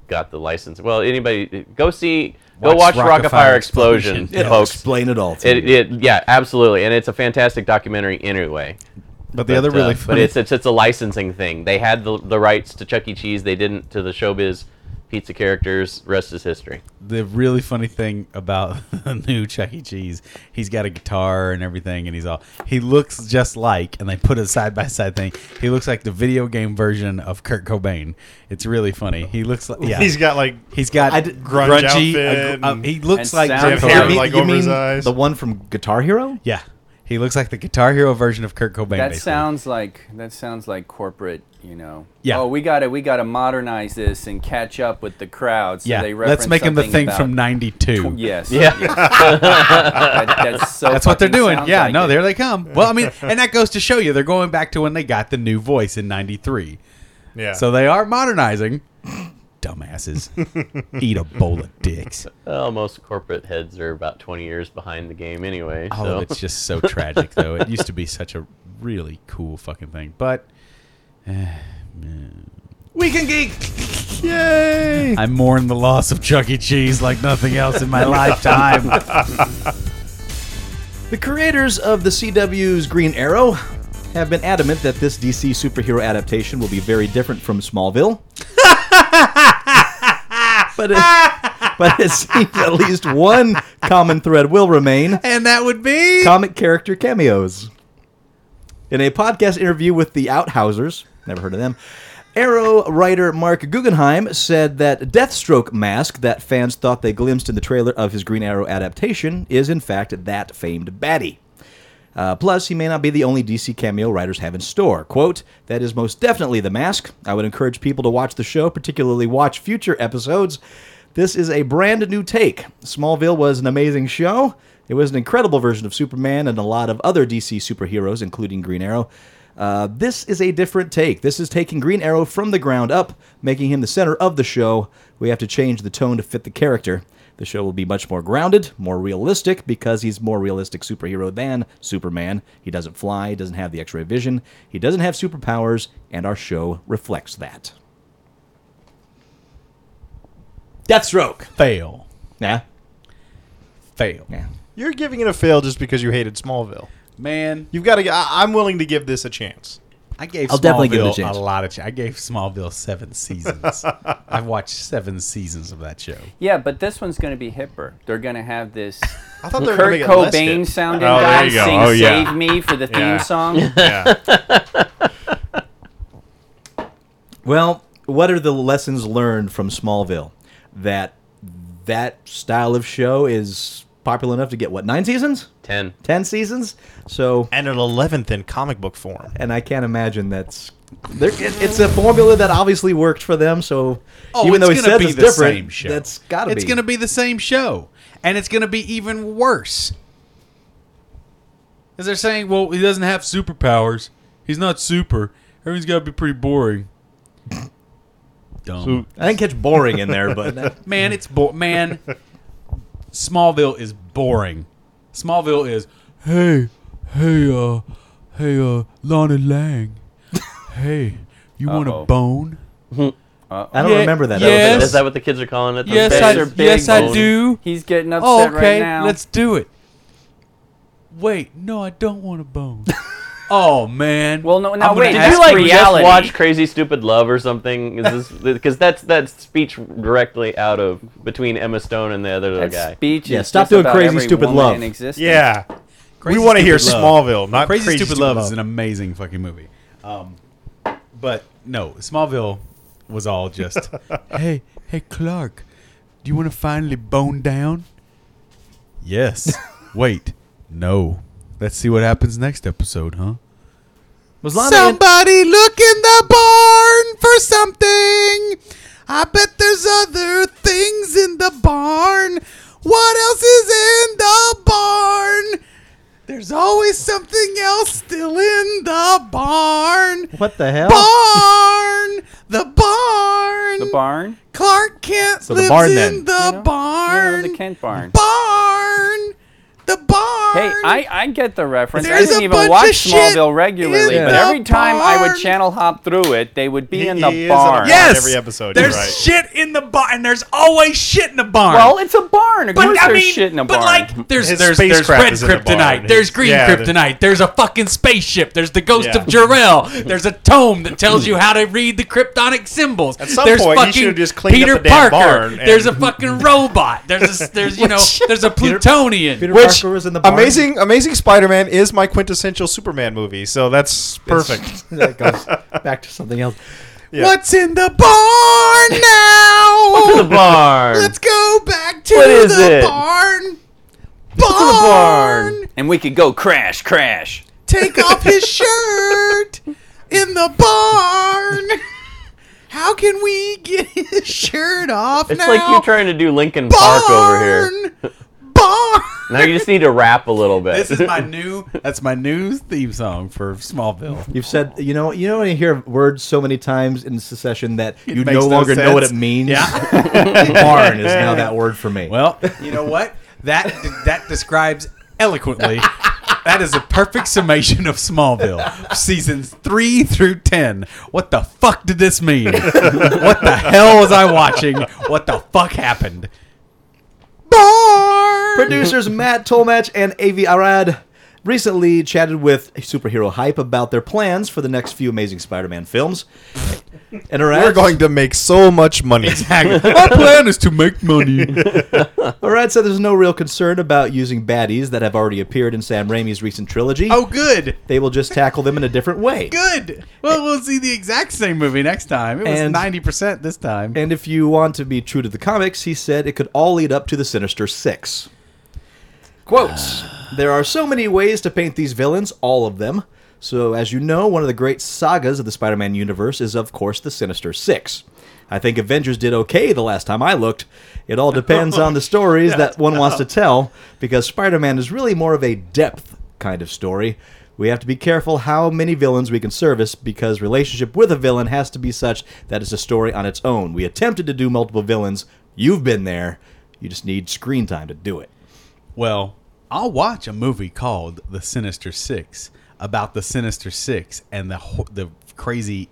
S3: got the license, well, anybody go see, go watch
S5: Watch
S3: Rockafire
S5: Rockafire
S3: Explosion,
S5: Explosion.
S4: It'll
S3: folks.
S4: explain it all. To
S3: It,
S4: you.
S3: it, yeah, absolutely, and it's a fantastic documentary anyway.
S5: But the other
S3: uh,
S5: really
S3: but
S5: funny.
S3: it's, it's it's a licensing thing. They had the the rights to Chuck E. Cheese. They didn't to the Showbiz pizza characters. Rest is history.
S5: the really funny thing about [LAUGHS] the new Chuck E. Cheese, he's got a guitar and everything, and he's all he looks just like, and they put a side by side thing. He looks like the video game version of Kurt Cobain. It's really funny. He looks like yeah,
S6: [LAUGHS] He's got like
S5: he's got
S4: I did-
S6: grunge
S5: grungy.
S6: outfit
S5: a- a-
S6: and-
S5: he looks
S8: and
S5: like
S8: sound
S5: Kurt
S6: Yeah, hair,
S5: Cobain.
S6: like,
S4: you
S6: over
S4: mean
S6: his eyes.
S4: the one from Guitar Hero?
S5: yeah, he looks like the Guitar Hero version of Kurt Cobain.
S8: That
S5: basically.
S8: sounds like that sounds like corporate, you know.
S5: Yeah.
S8: Oh, we gotta we gotta modernize this and catch up with the crowd. So
S5: yeah.
S8: they reference
S5: Let's make him the
S8: something
S5: thing
S8: about-
S5: from '92.
S8: Yes. Yeah.
S5: [LAUGHS]
S8: that's so.
S5: That's what they're
S8: fucking
S5: doing.
S8: sounds
S5: Yeah,
S8: like
S5: no,
S8: it.
S5: there they come. Well, I
S8: [LAUGHS]
S5: mean, and that goes to show you they're going back to when they got the new voice in '93.
S6: yeah.
S5: So they are modernizing.
S4: [LAUGHS]
S5: Dumbasses. Eat a bowl of dicks.
S3: Well, most corporate heads are about 20 years behind the game anyway.
S5: All
S3: so
S5: of Oh, it's just so tragic, though. It used to be such a really cool fucking thing. But eh,
S4: Weekend Geek.
S5: I mourn the loss of Chuck E. Cheese like nothing
S4: [LAUGHS]
S5: else in my lifetime.
S4: The creators of the CW's Green Arrow have been adamant that this DC superhero adaptation will be very different from Smallville. [LAUGHS] but, it, but it seems at least one common thread will remain
S5: And that would be.
S4: comic character cameos. In a podcast interview with the Outhousers, never heard of them, Arrow writer Mark Guggenheim said that Deathstroke mask that fans thought they glimpsed in the trailer of his Green Arrow adaptation is in fact that famed baddie. Uh, plus, he may not be the only DC cameo writers have in store. Quote, that is most definitely the mask. I would encourage people to watch the show, particularly watch future episodes. This is a brand new take. Smallville was an amazing show. It was an incredible version of Superman and a lot of other DC superheroes, including Green Arrow. Uh, this is a different take. This is taking Green Arrow from the ground up, making him the center of the show. We have to change the tone to fit the character. The show will be much more grounded, more realistic, because he's more realistic superhero than Superman. He doesn't fly, doesn't have the X-ray vision, he doesn't have superpowers, and our show reflects that. Deathstroke.
S5: Fail.
S4: Yeah.
S5: Fail.
S4: Yeah.
S6: you're giving it a fail just because you hated Smallville.
S5: Man,
S6: You've got to. I, I'm willing to give this a chance.
S5: I gave
S4: I'll
S5: Smallville
S4: definitely give it a chance.
S5: a lot of chance. I gave Smallville
S4: [LAUGHS]
S5: seven seasons. I've watched seven seasons of that show.
S8: Yeah, but this one's gonna be hipper. They're gonna have this.
S6: [LAUGHS] I thought they were gonna
S8: Kurt
S6: make it less
S8: Cobain
S6: hip.
S8: sounding
S6: Oh, there
S8: guy
S6: you go.
S8: sing
S6: Oh, yeah.
S8: "Save Me" for the theme
S6: Yeah.
S5: [LAUGHS]
S8: song.
S6: [LAUGHS] Yeah.
S4: Well, what are the lessons learned from Smallville? That that style of show is popular enough to get what nine seasons,
S3: 10.
S4: ten seasons. So,
S6: and an eleventh in comic book form.
S4: and I can't imagine that's. There, it, it's a formula that obviously worked for them. So,
S5: Oh,
S4: even though he says it's different, that's got to be.
S5: It's gonna be the same show, and it's gonna be even worse. Because they're saying, well, he doesn't have superpowers. He's not super. Everything's gotta be
S4: [LAUGHS]
S5: pretty boring. Dumb.
S4: I didn't catch boring in there,
S5: [LAUGHS]
S4: but that-
S5: Man, it's bo- man. Smallville is boring. Smallville is hey, hey, uh, hey, uh,
S4: [LAUGHS]
S5: Lana Lang. Hey, you want
S8: Uh-oh.
S5: a bone?
S4: I don't
S5: Yeah,
S4: remember that.
S5: yeah.
S3: Is
S5: Yes.
S3: that what the kids are calling it?
S5: Yes,
S3: Those
S5: I,
S3: kids are big
S5: yes, I
S3: boned.
S5: do.
S8: He's getting upset
S5: Oh, okay,
S8: right now.
S5: let's do it. Wait, no, I don't want a
S8: [LAUGHS]
S5: bone. oh man.
S8: Well, no, now
S5: I'm gonna
S8: wait.
S5: ask-
S3: Did
S8: that's
S3: you like just
S8: reality.
S3: watch Crazy Stupid Love or something? Is this because that's that's speech directly out of between Emma Stone and the other little
S8: That
S3: guy?
S8: speech. is
S4: Yeah, stop
S8: just
S4: doing
S8: about
S4: Crazy
S8: every
S4: Stupid
S8: woman
S4: Love.
S8: in existence.
S6: Yeah.
S5: Crazy
S6: we want to hear
S5: Stupid Love.
S6: Smallville, not
S5: Crazy, Stupid, Love, is an
S6: Love.
S5: amazing fucking movie. Um, but no, Smallville was all [LAUGHS] just hey, hey Clark, do you want to finally bone down? [LAUGHS] Yes. Wait, no. Let's see what happens next episode, huh?
S4: was Lana in-
S5: Somebody look in the barn for something. I bet there's other things in the barn. What else is in the barn? There's always something else still in the barn.
S4: what the hell?
S5: Barn! The barn!
S8: The barn.
S5: Clark Kent
S4: the
S5: lives
S4: barn
S5: in
S4: then.
S5: the
S8: You know,
S5: barn.
S8: the Kent barn.
S5: Barn! The barn!
S8: Hey, I, I get the reference. I
S7: There's
S8: didn't
S7: a
S8: even
S7: bunch
S8: watch
S7: of shit
S8: Smallville regularly,
S7: in
S8: but
S7: the
S8: every time I would
S7: barn.
S8: channel hop through it, they would be in
S6: He-
S8: the
S6: he is in a
S8: barn.
S6: barn
S7: Yes.
S6: every episode, you're
S7: There's
S6: right.
S7: shit in the barn, and there's always shit in the barn.
S8: Well, it's a barn. Of
S7: but
S8: course
S7: I
S8: there's
S7: mean,
S8: shit in a
S7: but
S8: barn.
S7: like, there's
S6: His
S7: there's, there's
S6: spacecraft
S7: red
S6: is in the
S7: kryptonite,
S6: barn.
S7: there's green
S6: Yeah, the-
S7: kryptonite, there's a fucking spaceship, there's the ghost of
S6: Yeah.
S4: [LAUGHS]
S7: Jor-El, there's a tome that tells you how to read the kryptonic symbols. At
S6: some
S7: there's
S6: point, you
S7: fucking
S6: should've just cleaned up
S7: Peter
S6: the damn
S7: Parker.
S6: barn and-
S7: There's
S4: [LAUGHS]
S7: a fucking robot. There's a, there's you know there's a plutonian.
S4: Peter
S6: Which
S4: Parker was in the barn. [LAUGHS]
S6: amazing, amazing Spider-Man is my quintessential Superman movie, so that's perfect.
S4: that goes back to something else.
S6: Yeah.
S5: What's in the barn now?
S3: the barn.
S5: Let's go back to
S3: What is
S5: the
S3: it?
S5: barn.
S3: barn.
S5: Barn.
S8: and we could go crash, crash.
S5: Take off his shirt in the barn. How can we get his shirt
S3: [LAUGHS]
S5: off
S3: It's
S5: now?
S3: like you're trying to do Lincoln Park over here.
S5: Barn. Barn.
S3: Now you just need to rap a little bit.
S5: This is my new. That's my new theme song for Smallville.
S4: You've said you know you know when you hear words so many times in succession that you
S5: makes
S4: no
S5: no
S4: longer know what it
S5: sense.
S4: means.
S5: Yeah.
S4: barn is
S5: [LAUGHS]
S4: now that word for me.
S5: Well, [LAUGHS] you know what? That that describes eloquently. That is a perfect summation of Smallville, seasons three through ten. What the fuck did this mean? What the hell was I watching? What the fuck happened? Barn.
S4: Producers Matt Tolmatch and Avi Arad recently chatted with Superhero Hype about their plans for the next few Amazing Spider-Man films. And Arad,
S6: We're going to make so much money.
S5: My plan is to make money.
S4: Arad said there's no real concern about using baddies that have already appeared in Sam Raimi's recent trilogy.
S5: Oh, good,
S4: They will just tackle them in a different way.
S5: good. Well, we'll see the exact same movie next time. It was
S4: And-
S5: ninety percent this time.
S4: And if you want to be true to the comics, he said it could all lead up to the Sinister Six. Quotes There are so many ways to paint these villains, all of them. So, as you know, one of the great sagas of the Spider Man universe is, of course, the Sinister Six. I think Avengers did okay the last time I looked. It all depends on the stories that one wants to tell, because Spider Man is really more of a depth kind of story. We have to be careful how many villains we can service because relationship with a villain has to be such that it's a story on its own. We attempted to do multiple villains. You've been there. You just need screen time to do it.
S5: Well, I'll watch a movie called The Sinister Six about the Sinister Six and the ho- the crazy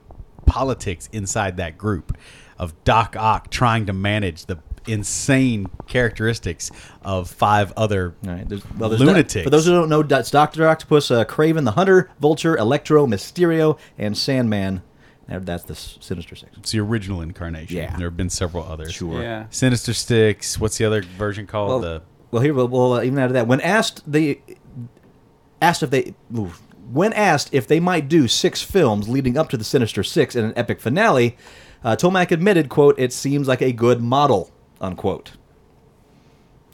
S5: politics inside that group of Doc Ock trying to manage the insane characteristics of five other
S4: All right. There's, well, there's
S5: lunatics.
S4: for those who don't know, that's Doctor Octopus, uh, Craven the Hunter, Vulture, Electro, Mysterio, and Sandman. Now, That's the S- Sinister Six.
S5: it's the original incarnation.
S4: Yeah.
S5: There have been several others.
S4: Sure.
S8: Yeah.
S5: Sinister Six. What's the other version
S4: Well,
S5: called? the
S4: well, here, well, well, uh, even out of that, when asked, they asked if they, ooh, when asked if they might do six films leading up to the Sinister Six in an epic finale, uh, Tomac admitted, "quote It seems like a good model," unquote.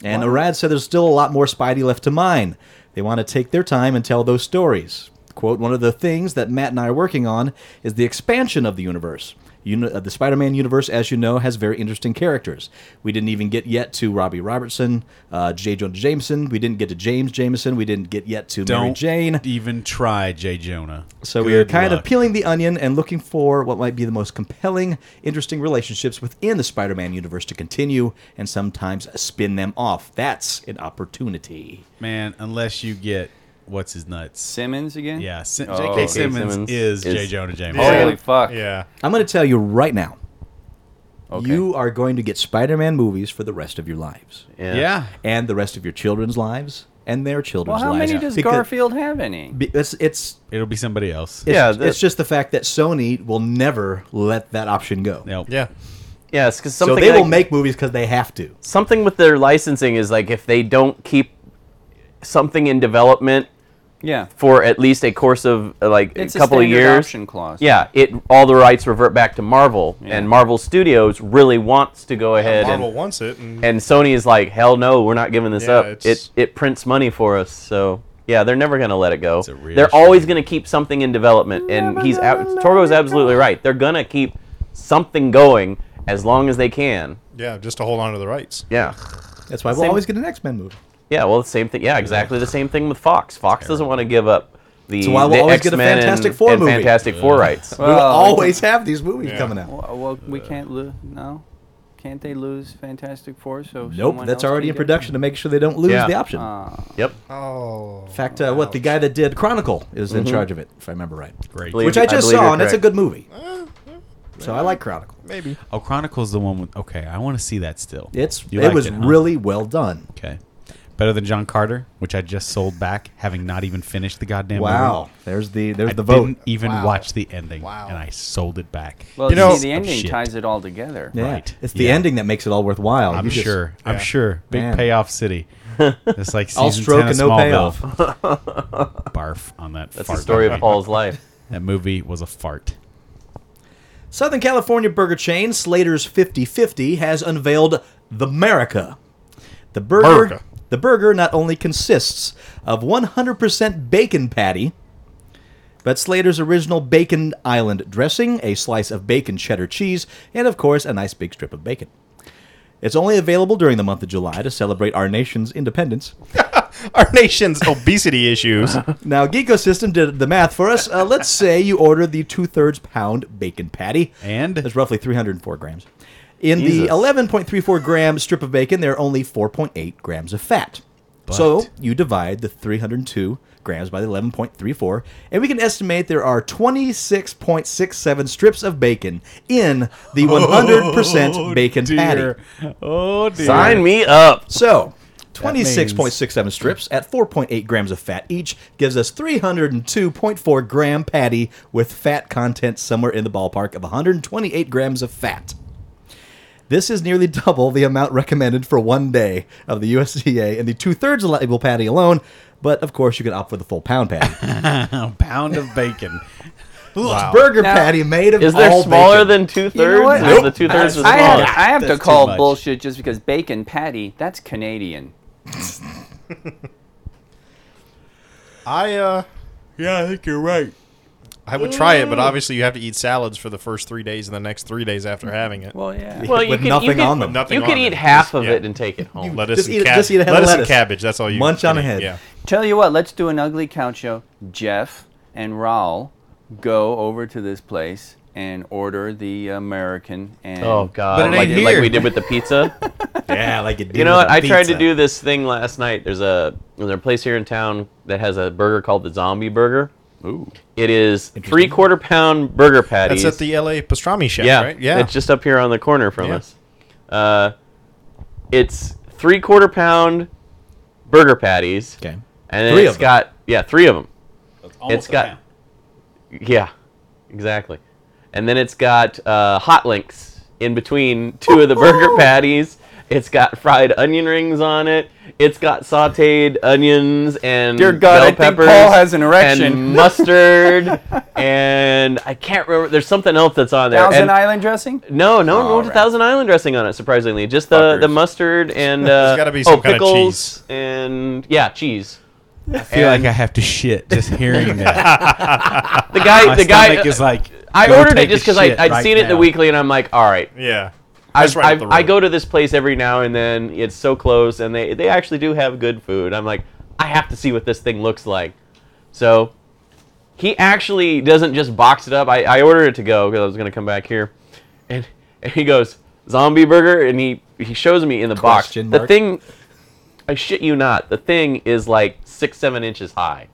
S4: And Arad said, "There's still a lot more Spidey left to mine. They want to take their time and tell those stories." Quote, one of the things that Matt and I are working on is the expansion of the universe. You know, the Spider Man universe, as you know, has very interesting characters. We didn't even get yet to Robbie Robertson, uh, J. Jonah Jameson. We didn't get to James Jameson. We didn't get yet to Mary
S5: don't
S4: Jane.
S5: even try J Jonah.
S4: So we are
S5: Good
S4: kind of
S5: luck.
S4: peeling the onion and looking for what might be the most compelling, interesting relationships within the Spider Man universe to continue and sometimes spin them off. That's an opportunity.
S5: man. Unless you get what's his nuts.
S8: Simmons again?
S5: Yeah, Sim-
S8: Oh,
S5: J.K.
S8: okay.
S5: Simmons,
S3: Simmons
S5: is,
S3: is-
S5: J. Jonah Oh, Jameson.
S8: Holy fuck.
S6: yeah.
S4: I'm going to tell you right now
S8: Okay.
S4: you are going to get Spider Man movies for the rest of your lives
S5: yeah.
S4: and the rest of your children's lives and their children's
S8: Well, how
S4: lives.
S8: many does
S4: Because-
S8: Garfield have any?
S4: be- It's, it's,
S5: it'll be somebody else.
S4: it's,
S3: Yeah, that-
S4: it's just the fact that Sony will never let that option go.
S5: Nope.
S6: Yeah.
S3: yes, because
S4: So
S3: something
S4: they will
S3: like-
S4: make movies because they have to.
S3: something with their licensing is like if they don't keep something in development
S8: Yeah.
S3: for at least a course of uh, like
S8: It's
S3: a couple
S8: a
S3: of
S8: standard
S3: years.
S8: option clause.
S3: Yeah, it all the rights revert back to Marvel, and Marvel Studios really wants to go ahead
S6: Marvel
S3: and,
S6: wants it, and,
S3: and Sony is like, hell no, we're not giving this
S6: Yeah,
S3: up. It
S6: it's-
S3: it prints money for us, so yeah, they're never gonna let it go.
S5: a real
S3: They're always gonna keep something in development, and he's ab- Torgo's absolutely right. They're gonna keep something going as long as they can.
S6: yeah, just to hold on to the rights.
S3: Yeah.
S4: That's why we'll
S3: Same-
S4: always get an X Men movie.
S3: Yeah, well, the same thing. Yeah, exactly the same thing with Fox. Fox doesn't want to give up the,
S4: So why we'll
S3: the
S4: always get a
S3: X-Men
S4: Fantastic
S3: and,
S4: Four
S3: and [LAUGHS]
S4: movie.
S5: Uh,
S4: [LAUGHS]
S3: Fantastic Four rights.
S4: we will
S8: Well, uh,
S4: always have these movies coming out.
S8: Well, well, we can't. lo- No. Can't they lose Fantastic Four? So
S4: Nope,
S8: someone
S4: that's
S8: else
S4: already in
S8: can get Ah.
S4: production to make sure they don't lose
S3: Yeah.
S4: the option.
S3: Yep.
S6: Oh.
S4: in fact, uh, what the guy that did Chronicle is in
S5: Mm-hmm.
S4: charge of it, if I remember right.
S5: Great.
S3: Believe-
S4: Which I just
S3: believe
S4: saw,
S3: you're
S4: and it's a
S3: correct.
S4: good movie. So I like Chronicle.
S6: Uh, Maybe.
S5: Oh, Chronicles the one with. Okay, I want to see that still.
S4: It's
S5: You
S4: it
S5: liked
S4: was
S5: huh?
S4: really well done.
S5: okay. Better than John Carter, which I just sold back, having not even finished the goddamn
S4: Wow,
S5: movie.
S4: there's the there's
S5: I
S4: the vote.
S5: didn't even
S6: Wow.
S5: watch the ending,
S6: Wow.
S5: and I sold it back.
S8: Well,
S6: You
S8: you
S6: know-
S8: see, the
S5: Oh,
S8: ending
S5: shit.
S8: ties it all together.
S4: Yeah.
S5: Right.
S4: It's the
S5: Yeah.
S4: ending that makes it all worthwhile.
S5: I'm
S4: You just-
S5: sure. I'm
S6: yeah.
S5: sure. Big
S4: Man. [LAUGHS]
S5: payoff city. It's like
S4: All
S5: season
S4: stroke and
S5: 10 of
S4: no
S5: Smallville.
S4: payoff.
S5: Barf on that.
S3: That's
S5: fart
S3: the story
S5: movie.
S3: of Paul's [LAUGHS] life.
S5: That movie was a fart.
S4: Southern California burger chain Slater's 50/50 has unveiled the America. The burger,
S6: America.
S4: the burger not only consists of 100% bacon patty, but Slater's original bacon island dressing, a slice of bacon cheddar cheese, and of course a nice big strip of bacon. It's only available during the month of July to celebrate our nation's independence.
S6: Our nation's obesity issues.
S4: Now, Geekosystem did the math for us. Uh, let's say you order the two thirds pound bacon patty.
S5: And?
S4: That's roughly 304 grams. In the
S3: Jesus.
S4: 11.34 gram strip of bacon, there are only 4.8 grams of fat. So you divide the 302 grams by the 11.34, and we can estimate there are 26.67 strips of bacon in the 100% bacon patty.
S5: Oh dear.
S3: Sign me up.
S4: So,
S5: means-
S4: 26.67 strips at 4.8 grams of fat each gives us 302.4 gram patty with fat content somewhere in the ballpark of 128 grams of fat. This is nearly double the amount recommended for one day of the USDA and the two thirds label patty alone, but of course you can opt for the full pound patty.
S5: A pound of
S8: [LAUGHS]
S5: bacon. wow.
S4: Burger
S8: Now-
S4: patty made of
S3: Is there
S4: all
S3: smaller
S4: bacon.
S3: than two thirds?
S8: what?
S3: Is
S8: Nope.
S3: the two thirds is
S8: I have,
S3: smaller?
S8: I have to
S5: That's too much.
S8: call bullshit just because bacon patty, that's Canadian.
S6: I uh
S5: Yeah, I think you're right.
S6: I would try it, but obviously you have to eat salads for the first three days and the next three days after having it.
S8: Well, yeah.
S3: Well, you
S4: with
S3: could- you
S4: nothing
S3: could-
S4: on them.
S6: With nothing
S3: You
S6: on
S3: could
S6: it.
S3: eat half of
S6: Yeah.
S3: it and take it home.
S6: lettuce
S4: Just
S6: and
S4: eat it-
S6: cab-
S4: just eat a head of
S6: lettuce and
S4: lettuce.
S6: cabbage. That's all you
S4: Munch
S6: can
S4: on
S6: eat,
S4: ahead.
S6: Yeah.
S8: Tell you what, let's do an ugly couch show. Jeff and Raul go over to this place and order the American and
S3: Oh God!
S5: But it
S3: like,
S5: ain't
S3: like
S5: here.
S3: we did with the pizza.
S4: Yeah, like it
S3: you know what? I tried to do this thing last night. There's a there's a place here in town that has a burger called the Zombie Burger. Ooh. It is three quarter pound burger patties.
S6: That's at the LA pastrami chef,
S3: yeah,
S6: right? Yeah.
S3: It's just up here on the corner from
S6: Yeah.
S3: us. Uh, it's three quarter pound burger patties.
S4: Okay.
S3: And then
S4: Three
S3: it's
S4: of them.
S3: got yeah three of them. It's got- Yeah, exactly. And then it's got uh, hot links in between two of the
S8: [LAUGHS]
S3: burger patties. It's got fried onion rings on it. It's got sautéed onions and
S8: Dear God,
S3: bell
S8: I think
S3: peppers
S8: Paul has an erection.
S3: and
S8: [LAUGHS]
S3: mustard and I can't remember. There's something else that's on there.
S8: Thousand
S3: and-
S8: Island dressing?
S3: no, no one
S8: All
S3: went to
S8: right.
S3: Thousand Island dressing on it. Surprisingly, just the, the
S8: Fuckers.
S6: [LAUGHS]
S3: mustard and uh,
S6: gotta be
S3: oh
S6: some kinda
S3: pickles
S6: cheese.
S3: and yeah cheese.
S5: I feel like I have
S3: [LAUGHS]
S5: to shit just hearing that.
S3: The guy,
S5: My
S3: the guy.
S5: stomach is like.
S3: I
S5: "Go
S3: ordered
S5: take
S3: it
S5: a
S3: just because
S5: shit
S3: I'd
S5: right
S3: seen it in the
S5: now."
S3: weekly, and I'm like, all right,
S6: yeah.
S3: I've,
S6: That's right up
S3: I've,
S6: the
S3: I
S6: road.
S3: go to this place every now and then. It's so close, and they, they actually do have good food. I'm like, I have to see what this thing looks like. So he actually doesn't just box it up. I, I ordered it to go because I was going to come back here. And, and he goes, Zombie burger? And he, he shows me in the
S4: Question
S3: box.
S4: mark.
S3: The thing, I shit you not, the thing is like six, seven inches high.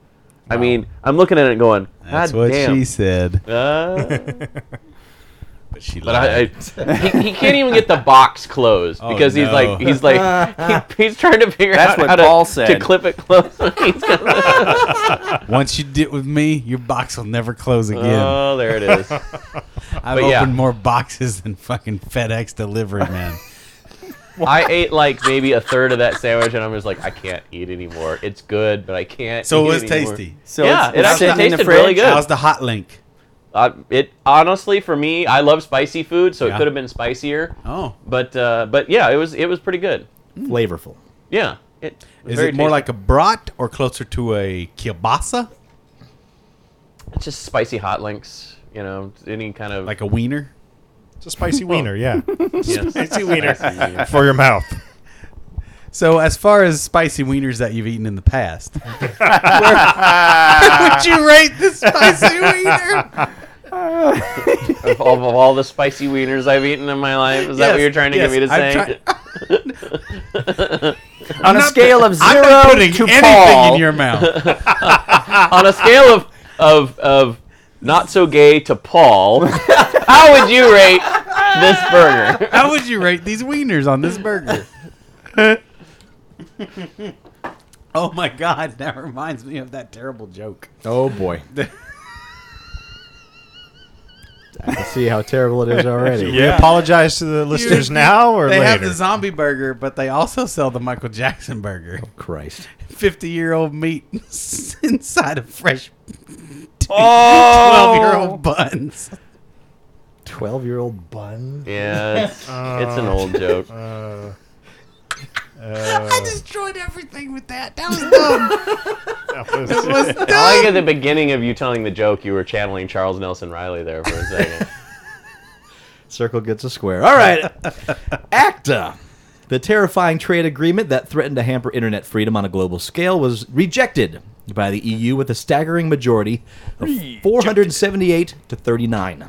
S3: I mean, I'm looking at it going, God
S5: That's what
S3: damn.
S5: she said.
S3: Uh,
S5: But she
S3: but I, I he, he can't even get
S5: [LAUGHS]
S3: the box closed
S5: Oh,
S3: because he's
S5: no.
S3: like he's like
S8: [LAUGHS]
S3: he, he's trying to figure
S8: That's
S3: out
S8: what
S3: how
S8: Paul
S3: to,
S8: said.
S3: to clip it closed. [LAUGHS] He's gonna-
S8: [LAUGHS]
S5: Once you did with me, your box will never close again.
S3: Oh, there it is.
S5: I've
S3: but
S5: opened
S3: yeah.
S5: more boxes than fucking FedEx delivery,
S3: [LAUGHS]
S5: man.
S3: [LAUGHS] I ate like maybe a third of that sandwich, and I'm just like, I can't eat anymore. It's good, but I can't.
S5: so it
S3: eat
S5: was
S3: anymore.
S5: tasty.
S8: So
S3: yeah,
S8: it's,
S3: it
S8: it's
S3: actually
S8: sitting in the
S3: tasted
S8: fridge.
S3: really good.
S5: How's the hot link?
S3: Uh, it honestly, for me, I love spicy food, so
S5: Yeah.
S3: it could have been spicier.
S5: Oh,
S3: But uh, but yeah, it was it was pretty good.
S4: flavorful.
S3: Yeah, it was
S5: is
S3: very
S5: it more
S3: tasty.
S5: like a brat or closer to a kielbasa,
S3: it's just spicy hot links? You know, any kind of
S5: like a wiener?
S6: It's
S3: Oh.
S6: a spicy
S3: [LAUGHS]
S6: wiener, yeah.
S3: yes.
S6: spicy wiener [LAUGHS] for your mouth.
S5: So, as far as spicy wieners that you've eaten in the past, where, where would you rate the spicy wiener?
S3: of, all- of all the spicy wieners I've eaten in my life. Is that what
S5: Yes,
S3: you're trying to get
S5: yes,
S3: me to
S5: I'm
S3: say?
S5: [LAUGHS]
S8: On a scale of
S5: I'm not
S8: zero
S5: putting
S8: to
S5: anything
S8: Paul,
S5: in your mouth.
S3: On a scale of of of not so gay to
S5: [LAUGHS]
S3: Paul, how would you rate this burger?
S5: How would you rate these wieners on this burger? oh my god, that reminds me of that terrible joke.
S4: Oh boy. [LAUGHS] I can see how terrible [LAUGHS] it is already.
S6: We apologize to the listeners now or
S5: They
S6: later.
S5: have the zombie burger, but they also sell the Michael Jackson burger.
S4: Christ.
S5: 50 year old meat [LAUGHS] inside of fresh [LAUGHS] 12 year
S4: Oh!
S5: old buns.
S4: 12 year old bun?
S3: Yeah, it's, it's an old joke.
S5: I destroyed everything with that. That was dumb.
S6: That was-
S5: That was dumb.
S3: I like at the beginning of you telling the joke, you were channeling Charles Nelson Riley there for a
S5: [LAUGHS]
S3: second.
S4: Circle gets a square. All right. ACTA. The terrifying trade agreement that threatened to hamper internet freedom on a global scale was rejected by the EU with a staggering majority of 478 to 39.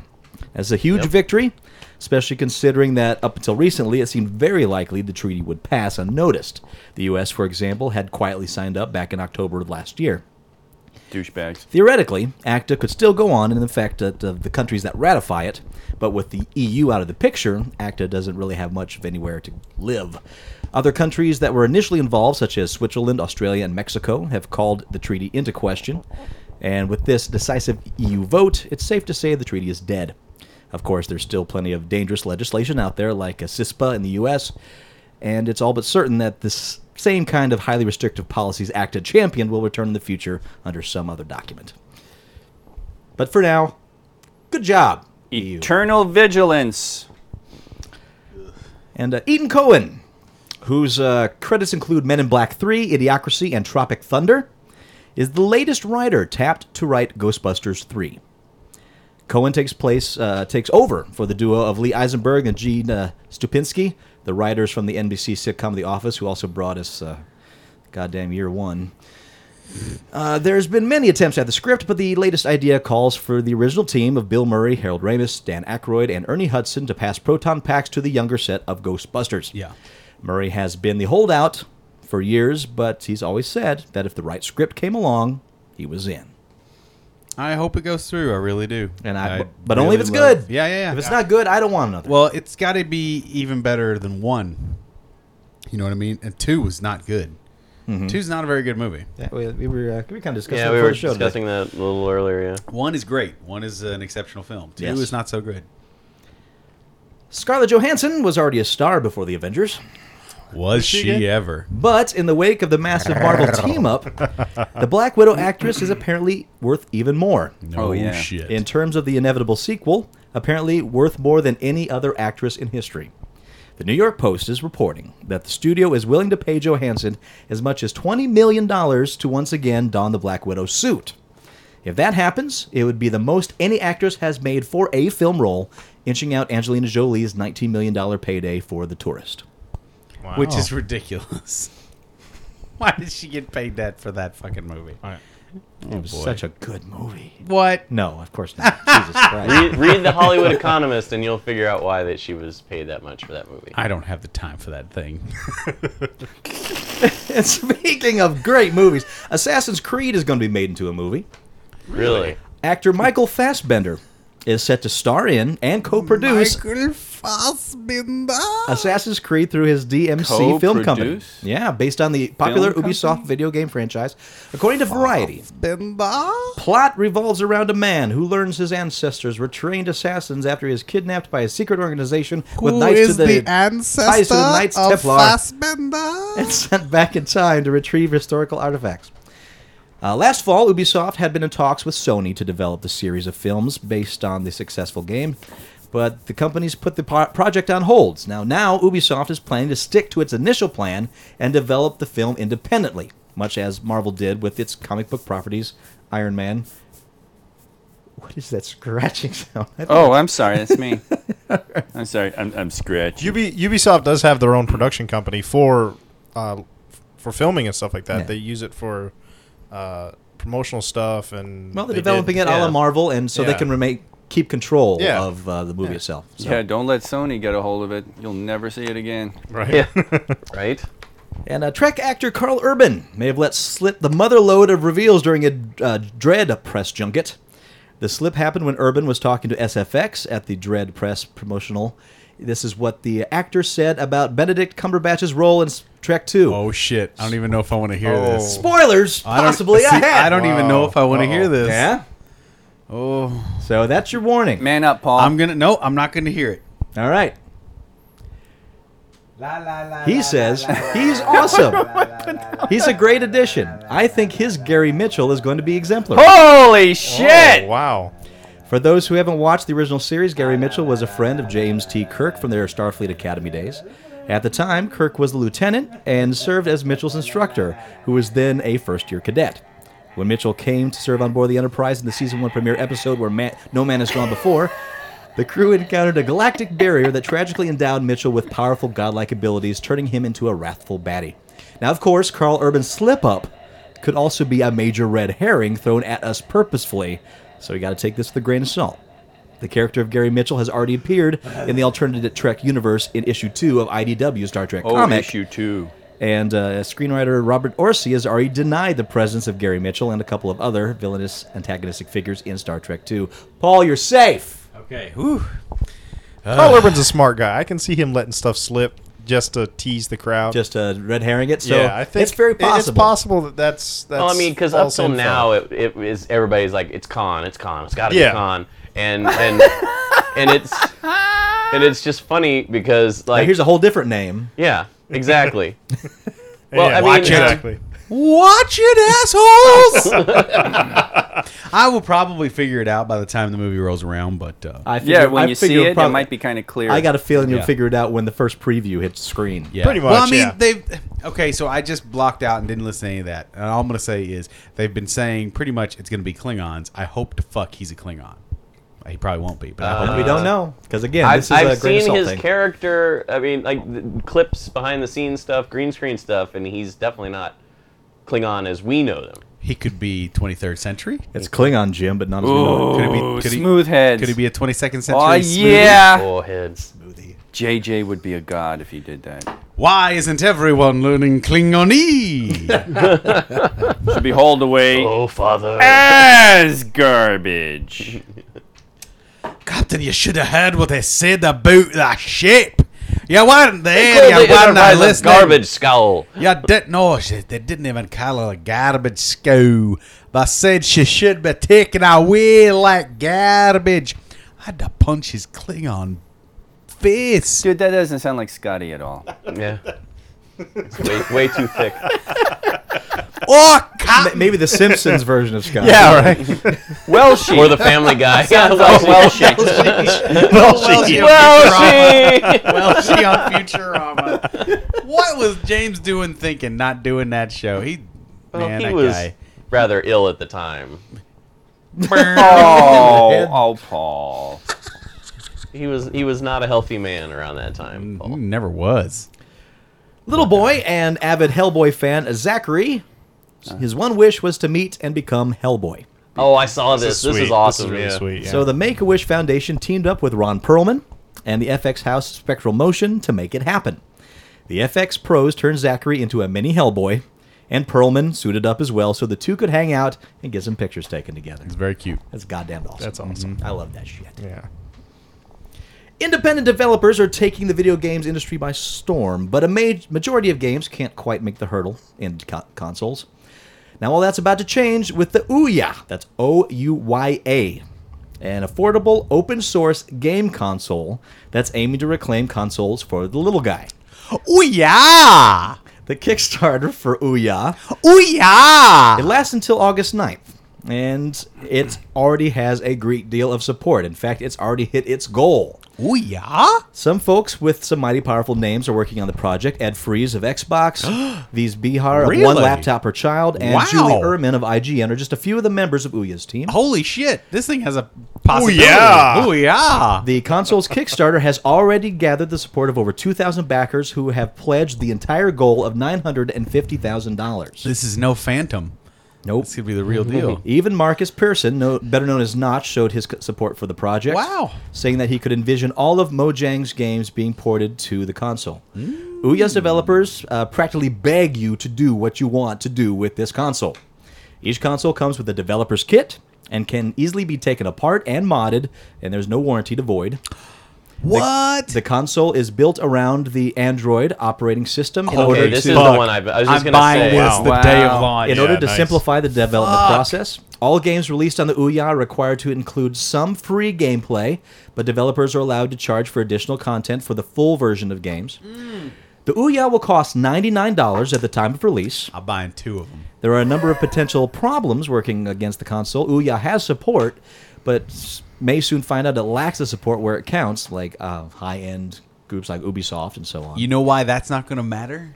S4: That's a huge victory, especially considering that up until recently it seemed very likely the treaty would pass unnoticed. The US, for example, had quietly signed up back in October of last year.
S8: douchebags.
S4: Theoretically, ACTA could still go on in effect at uh, the countries that ratify it, but with the EU out of the picture, ACTA doesn't really have much of anywhere to live. Other countries that were initially involved, such as Switzerland, Australia, and Mexico, have called the treaty into question, and with this decisive EU vote, it's safe to say the treaty is dead. Of course, there's still plenty of dangerous legislation out there, like a CISPA in the US, and it's all but certain that this same kind of highly restrictive policies ACTA champion will return in the future under some other document. But for now, good job, E EU.
S8: Eternal vigilance.
S4: And uh, Eaton Cohen, whose uh, credits include Men in Black 3, Idiocracy, and Tropic Thunder, is the latest writer tapped to write Ghostbusters 3. Cohen takes place uh, takes over for the duo of Lee Eisenberg and Gene uh, Stupinski, the writers from the NBC sitcom The Office, who also brought us uh, goddamn year one. Uh, there's been many attempts at the script, but the latest idea calls for the original team of Bill Murray, Harold Ramis, Dan Aykroyd, and Ernie Hudson to pass proton packs to the younger set of Ghostbusters.
S5: [LAUGHS] Yeah.
S4: Murray has been the holdout for years, but he's always said that if the right script came along, he was in.
S5: I hope it goes through. I really do.
S4: And I, but
S5: really
S4: only if it's
S5: love-
S4: good.
S5: Yeah, yeah, yeah.
S4: If it's not good, I don't want another.
S5: Well, it's got to be even better than one. You know what I mean? And two was not good.
S4: Mm-hmm.
S5: Two's not a very good movie.
S4: Yeah, we, we were uh, we kind of discussing
S3: Yeah,
S4: that
S3: we
S4: before
S3: were
S4: the show today.
S3: discussing that a little earlier. Yeah.
S5: One is great. One is an exceptional film. Two
S4: Yes.
S5: is not so good.
S4: Scarlett Johansson was already a star before the Avengers,
S5: Was she,
S6: good?
S5: ever?
S4: but in the wake of the massive [LAUGHS] Marvel team up, the Black Widow actress is apparently worth even more.
S5: No
S8: Oh, yeah.
S5: shit.
S4: In terms of the inevitable sequel, apparently worth more than any other actress in history. The New York Post is reporting that the studio is willing to pay Johansson as much as $20 million to once again don the Black Widow suit. If that happens, it would be the most any actress has made for a film role, inching out Angelina Jolie's $19 million payday for The Tourist.
S5: Which is ridiculous. [LAUGHS] Why did she get paid that for that fucking movie?
S4: it was such a good movie.
S5: What?
S4: No, of course not. Jesus [LAUGHS] Christ.
S3: Read, read the Hollywood Economist, and you'll figure out why that she was paid that much for that movie.
S5: I don't have the time for that thing.
S4: And speaking of great movies, Assassin's Creed is going to be made into a movie.
S3: Really?
S4: Actor Michael Fassbender is set to star in and co-produce
S5: [LAUGHS] Michael Fassbender.
S4: Assassin's Creed through his DMC film company.
S8: Co-produce?
S4: Yeah, based on the popular
S8: company?
S4: Ubisoft video game franchise. According to Variety,
S5: Fassbender.
S4: plot revolves around a man who learns his ancestors were trained assassins after he is kidnapped by a secret organization with
S5: Who
S4: knights
S5: is
S4: to the,
S5: the
S4: ties to
S5: ancestor
S4: the Knights
S5: of
S4: Templar.
S5: Fassbender?
S4: and sent back in time to retrieve historical artifacts. Uh, last fall, Ubisoft had been in talks with Sony to develop the series of films based on the successful game, but the companies put the pro- project on hold. Now, now Ubisoft is planning to stick to its initial plan and develop the film independently, much as Marvel did with its comic book properties, Iron Man. What is that scratching [LAUGHS] sound? I think-
S8: Oh, I'm sorry.
S5: [LAUGHS]
S8: That's me. I'm sorry. I'm, I'm scratched.
S6: UB, Ubisoft does have their own production company for uh, for filming and stuff like that.
S4: Yeah.
S6: They use it for uh, promotional stuff and
S4: well, they're
S6: they
S4: developing
S6: did-
S4: it a la
S6: yeah.
S4: Marvel, and so they
S6: Yeah.
S4: can remake keep control
S6: Yeah.
S4: of uh, the movie itself. So.
S8: Yeah, don't let Sony get a hold of it. You'll never see it again.
S6: Right.
S3: Yeah. right?
S4: And uh, Trek actor Carl Urban may have let slip the mother load of reveals during a uh, Dread press junket. The slip happened when Urban was talking to SFX at the Dread press promotional. This is what the actor said about Benedict Cumberbatch's role in S- Trek 2.
S5: Oh shit! I don't even know if I want to hear
S6: Oh.
S5: this.
S4: Spoilers,
S5: I don't-
S4: possibly. I
S5: see,
S4: had.
S5: [LAUGHS] I don't even know if I want to
S6: Uh-oh.
S5: hear this.
S4: Yeah.
S5: Oh,
S4: So that's your warning.
S8: Man up, Paul.
S5: I'm gonna. No, I'm not gonna hear it.
S4: All right. he says he's awesome. he's a great addition. I think his Gary Mitchell is going to be exemplary.
S3: Holy shit!
S6: Oh, wow.
S4: For those who haven't watched the original series, Gary Mitchell was a friend of James T. Kirk from their Starfleet Academy days. At the time, Kirk was the lieutenant and served as Mitchell's instructor, who was then a first year cadet. When Mitchell came to serve on board the Enterprise in the season one premiere episode where man, No Man Has Gone Before, the crew encountered a galactic barrier that tragically endowed Mitchell with powerful godlike abilities, turning him into a wrathful baddie. Now, of course, Carl Urban's slip up could also be a major red herring thrown at us purposefully, so we got to take this with a grain of salt. The character of Gary Mitchell has already appeared in the alternative Trek universe in issue two of IDW Star Trek
S8: oh,
S4: comic,
S8: issue two.
S4: and uh, screenwriter Robert Orsi has already denied the presence of Gary Mitchell and a couple of other villainous antagonistic figures in Star Trek II. Paul, you're safe.
S5: Okay. Whew.
S3: Ah.
S6: Carl Urban's a smart guy. I can see him letting stuff slip just to tease the crowd.
S4: Just uh, red herring it. So
S6: yeah, I think
S4: it's very
S6: it-
S4: possible.
S6: It's possible that that's that's.
S3: Well, I mean, because up
S6: false
S3: till
S6: info.
S3: now, it, it is everybody's like, it's con, it's con, it's got to
S6: Yeah.
S3: be con, and and and it's and it's just funny because
S4: Now,
S3: like,
S4: here's a whole different name.
S3: yeah, exactly. well,
S6: yeah,
S3: I mean,
S6: watch
S3: uh,
S6: exactly.
S5: Watch it, [LAUGHS] assholes! I will probably figure it out by the time the movie rolls around, but uh,
S4: I
S8: Yeah,
S4: figure-
S8: when
S4: I
S8: you
S4: figure
S8: see it,
S4: probably-
S8: it might be kind of clear.
S4: I got a feeling you'll
S5: Yeah.
S4: figure it out when the first preview hits screen.
S5: yeah.
S6: Pretty
S5: Well, I
S6: much,
S5: mean,
S6: yeah.
S5: they've okay. So I just blocked out and didn't listen to any of that. And all I'm gonna say is they've been saying pretty much it's gonna be Klingons. I hope to fuck he's a Klingon. He probably won't be, but I hope
S4: we
S6: Uh,
S4: don't know because again,
S3: I've,
S4: this is a
S3: I've
S4: great
S3: seen
S4: assault
S3: his
S4: thing.
S3: character. I mean, like the clips behind the scenes stuff, green screen stuff, and he's definitely not Klingon as we know them.
S5: he could be 23rd century.
S4: it's Klingon Jim, but not as we know it.
S5: Could it be
S8: Ooh,
S5: could he-
S8: smooth heads.
S5: Could he be a 22nd century?
S8: Oh
S5: smoothie?
S8: yeah.
S3: Oh heads.
S8: JJ would be a god if he did that.
S5: Why isn't everyone learning Klingonese?
S8: Should be hauled away
S3: Oh father.
S8: as garbage.
S5: Captain, you should have heard what they said about that ship. You weren't there.
S3: Clearly
S5: You weren't
S3: identifies as
S5: listening.
S3: garbage scowl.
S5: You didn't know. she- They didn't even call her a garbage scow. They said she should be taken away like garbage. I had to punch his Klingon face.
S8: Dude, that doesn't sound like Scotty at all. [LAUGHS]
S3: Yeah. It's way, way too thick.
S5: Oh, Captain.
S4: M- [LAUGHS] Maybe the Simpsons version of Scott.
S5: yeah, right.
S8: Well,
S5: [LAUGHS]
S8: she.
S3: Or the Family [LAUGHS] Guy. yeah,
S8: like
S3: well,
S8: Welsh.
S5: well, she,
S8: Oh,
S3: well, she.
S5: well, she on Futurama. What was James doing thinking not doing that show? He,
S3: Well,
S5: man,
S3: he
S5: that
S3: was
S5: guy.
S3: rather ill at the time.
S8: Oh, oh, Paul.
S3: He was he was not a healthy man around that time.
S5: He
S3: Paul.
S5: never was.
S4: Little boy and avid Hellboy fan Zachary, his one wish was to meet and become Hellboy.
S3: Oh, I saw this. This,
S6: Sweet.
S3: is awesome.
S6: really
S3: yeah.
S6: sweet. Yeah.
S4: So the Make a Wish Foundation teamed up with Ron Perlman and the FX house Spectral Motion to make it happen. The FX pros turned Zachary into a mini Hellboy, and Perlman suited up as well so the two could hang out and get some pictures taken together.
S5: It's very cute.
S4: That's goddamn awesome.
S6: That's awesome.
S4: I love that shit.
S6: yeah.
S4: Independent developers are taking the video games industry by storm, but a ma- majority of games can't quite make the hurdle in co- consoles. Now, all that's about to change with the Ouya. That's O U Y A. An affordable open source game console that's aiming to reclaim consoles for the little guy.
S5: Ooh yeah,
S4: The Kickstarter for Ouya
S5: ooh yeah.
S4: It lasts until August 9th, and it already has a great deal of support. In fact, it's already hit its goal.
S5: Ooh yeah.
S4: Some folks with some mighty powerful names are working on the project. Ed Freeze of
S5: [GASPS]
S4: Xbox, these Bihar of One
S5: Really?
S4: Laptop Per Child, and
S5: Wow. Oh.
S4: Julie Ehrman of IGN are just a few of the members of Ouya's team.
S5: Holy shit! This thing has a possibility.
S6: yeah.
S5: Ooh yeah.
S4: The console's Kickstarter has already gathered the support of over 2,000 backers who have pledged the entire goal of $950,000.
S5: This is no phantom.
S4: Nope.
S5: It's gonna be the real
S3: [LAUGHS]
S5: deal.
S4: Even Marcus Pearson, no, better known as Notch, showed his c- support for the project.
S5: Wow.
S4: Saying that he could envision all of Mojang's games being ported to the console. Ouya's developers uh, practically beg you to do what you want to do with this console. Each console comes with a developer's kit and can easily be taken apart and modded, and there's no warranty to void.
S5: what?
S4: The console is built around the Android operating system in order
S3: Okay, this
S4: to
S3: is the one I, I was just
S5: I'm
S3: gonna
S5: buying
S3: say.
S5: this the
S8: Wow.
S5: day of
S8: Wow.
S5: launch.
S4: in order
S6: Yeah,
S4: to
S6: nice.
S4: simplify the development process, all games released on the Ouya are required to include some free gameplay, but developers are allowed to charge for additional content for the full version of games. The Ouya will cost $99 at the time of release.
S5: I'm buying two of them.
S4: There are a number of potential problems working against the console. Ouya has support, but s- may soon find out it lacks the support where it counts, like uh, high end groups like Ubisoft and so on.
S5: You know why that's not going to matter?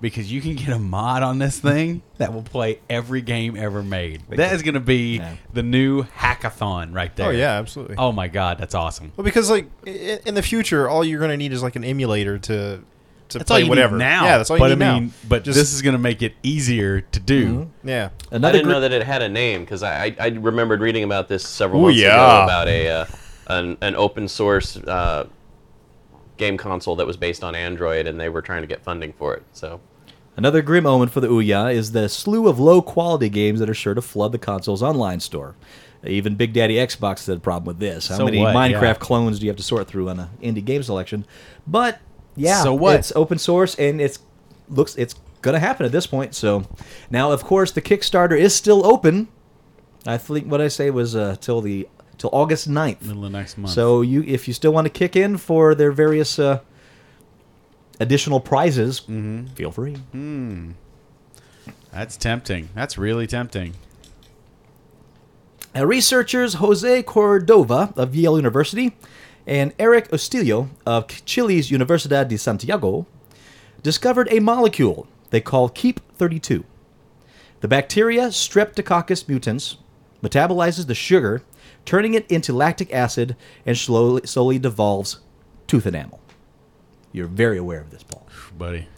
S5: Because you can get a mod on this thing that will play every game ever made. That is going to be
S4: Yeah.
S5: the new hackathon right there.
S6: Oh, yeah, absolutely.
S5: Oh my god, that's awesome.
S6: Well, because like i- in the future, all you're going to need is like an emulator to to
S5: That's
S6: play
S5: all you
S6: whatever.
S5: need now.
S6: Yeah, that's all you
S5: but
S6: need
S5: I mean,
S6: now.
S5: but
S6: Just-
S5: this is going to make it easier to do.
S6: yeah.
S3: I
S4: Another
S3: didn't
S4: group-
S3: know that it had a name because I, I I remembered reading about this several
S6: Ooh,
S3: months ago
S6: yeah.
S3: about a uh, an an open source uh, game console that was based on Android and they were trying to get funding for it. So
S4: Another grim omen for the Ouya is the slew of low quality games that are sure to flood the console's online store. Even Big Daddy Xbox had a problem with this. How
S5: So
S4: many
S5: what?
S4: Minecraft
S5: Yeah.
S4: clones do you have to sort through on an indie game selection? But yeah,
S5: So what?
S4: It's open source and it's looks it's gonna happen at this point. So now, of course, the Kickstarter is still open. I think what I say was uh, till the till August 9th.
S5: Middle of next month.
S4: So you, if you still want to kick in for their various uh, additional prizes,
S5: Mm-hmm.
S4: feel free.
S5: that's tempting. That's really tempting.
S4: Uh, researchers Jose Cordova of Yale University and Eric Ostillo of Chile's Universidad de Santiago discovered a molecule they call Keep 32. The bacteria Streptococcus mutans metabolizes the sugar, turning it into lactic acid, and slowly, slowly devolves tooth enamel. You're very aware of this, Paul.
S5: Buddy.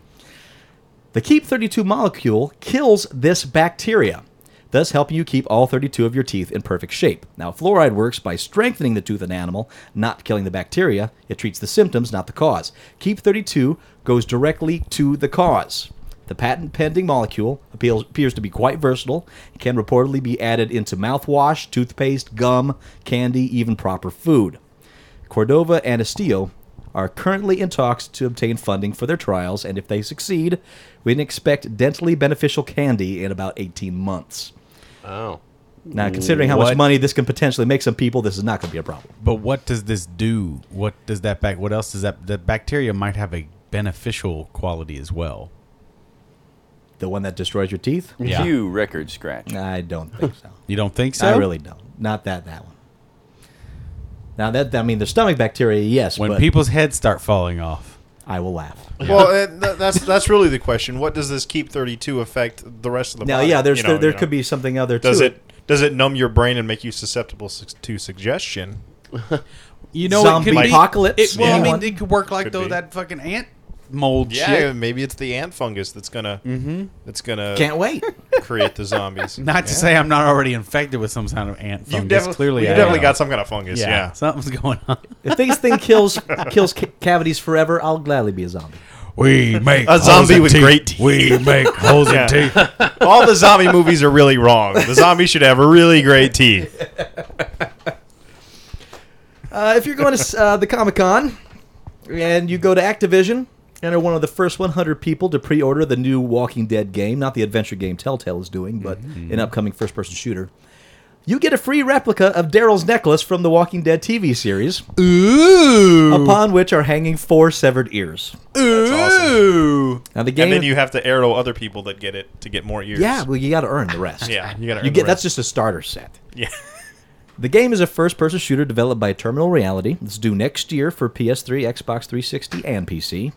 S4: The Keep 32 molecule kills this bacteria, thus helping you keep all 32 of your teeth in perfect shape. Now, fluoride works by strengthening the tooth enamel, not killing the bacteria. It treats the symptoms, not the cause. Keep 32 goes directly to the cause. The patent pending molecule appeals, appears to be quite versatile and can reportedly be added into mouthwash, toothpaste, gum, candy, even proper food. Cordova and Estillo are currently in talks to obtain funding for their trials, and if they succeed, we can expect dentally beneficial candy in about 18 months.
S3: oh.
S4: Now, considering how much
S5: What?
S4: money this can potentially make some people, this is not going to be a problem.
S5: But what does this do? What does that back? What else does that? The bacteria might have a beneficial quality as well.
S4: The one that destroys your teeth?
S5: Yeah.
S8: You record scratch.
S4: I don't think so.
S5: You don't think so?
S4: I really don't. Not that that one. Now that I mean the stomach bacteria, yes,
S5: When
S4: but
S5: people's heads start falling off.
S4: I will laugh.
S5: [LAUGHS]
S6: Well, uh, th- that's that's really the question. What does this keep 32 affect the rest of the
S4: Now,
S6: body?
S4: yeah, there's
S6: You know,
S4: there, there
S6: you
S4: could
S6: know.
S4: be something other.
S6: Does
S4: to
S6: it does it numb your brain and make you susceptible su- to suggestion?
S5: You know, it
S4: Zombie
S5: could be,
S4: apocalypse?
S5: It, well, I
S4: Yeah.
S5: mean, it could work like
S6: Could
S5: though
S6: be.
S5: that fucking ant mold
S6: Yeah,
S5: shit.
S6: maybe it's the ant fungus that's gonna that's gonna
S4: Can't wait.
S6: create the zombies.
S5: Mm-hmm. [LAUGHS] Not to say I'm not already infected with some kind of ant fungus.
S6: you've definitely
S5: Clearly,
S6: you
S5: I
S6: definitely
S5: am.
S6: got some kind of fungus.
S5: Yeah,
S6: Yeah,
S5: something's going
S6: [LAUGHS]
S5: on.
S4: if this thing kills kills ca- cavities forever, I'll gladly be a zombie.
S5: We make
S6: A zombie with great teeth.
S5: We make holes
S6: Yeah.
S5: teeth.
S6: [LAUGHS] All the zombie movies are really wrong. The zombie should have really great teeth.
S4: Uh, if you're going to uh, the Comic Con and you go to Activision and are one of the first 100 people to pre order the new Walking Dead game, not the adventure game Telltale is doing, but
S6: Mm-hmm.
S4: an upcoming first person shooter, you get a free replica of Daryl's necklace from the Walking Dead TV series,
S5: Ooh,
S4: upon which are hanging four severed ears.
S5: ooh.
S4: Now, the game.
S6: And then you have to arrow other people that get it to get more ears.
S4: yeah, well, you got to earn the rest.
S6: yeah. You gotta.
S4: You
S6: earn
S4: get
S6: the
S4: that's
S6: rest.
S4: just a starter set.
S6: Yeah.
S4: [LAUGHS] The game is a first person shooter developed by Terminal Reality. It's due next year for PS3, Xbox 360, and PC.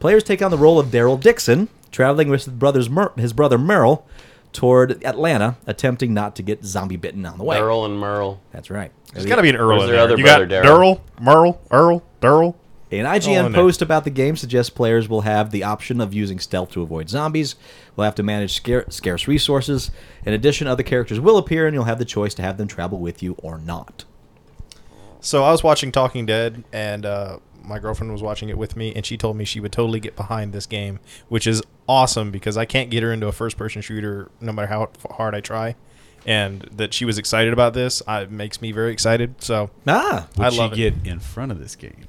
S4: Players take on the role of Daryl Dixon, traveling with his, brother's Mer- his brother Merrill toward Atlanta, attempting not to get zombie bitten on the way.
S3: Earl and Merle.
S4: That's right.
S6: There's got to be an Earl
S3: Where's
S6: in
S3: their
S6: there.
S3: other
S6: you got
S3: brother,
S6: Daryl, Merle, Earl, Daryl.
S4: An IGN
S6: Oh, no.
S4: post about the game suggests players will have the option of using stealth to avoid zombies, will have to manage scare- scarce resources. In addition, other characters will appear, and you'll have the choice to have them travel with you or not.
S6: So I was watching Talking Dead, and uh, my girlfriend was watching it with me, and she told me she would totally get behind this game, which is awesome because I can't get her into a first-person shooter no matter how f- hard I try. And that she was excited about this I, it makes me very excited. So
S4: Ah,
S5: Would
S6: I
S5: she
S6: love it.
S5: get in front of this game?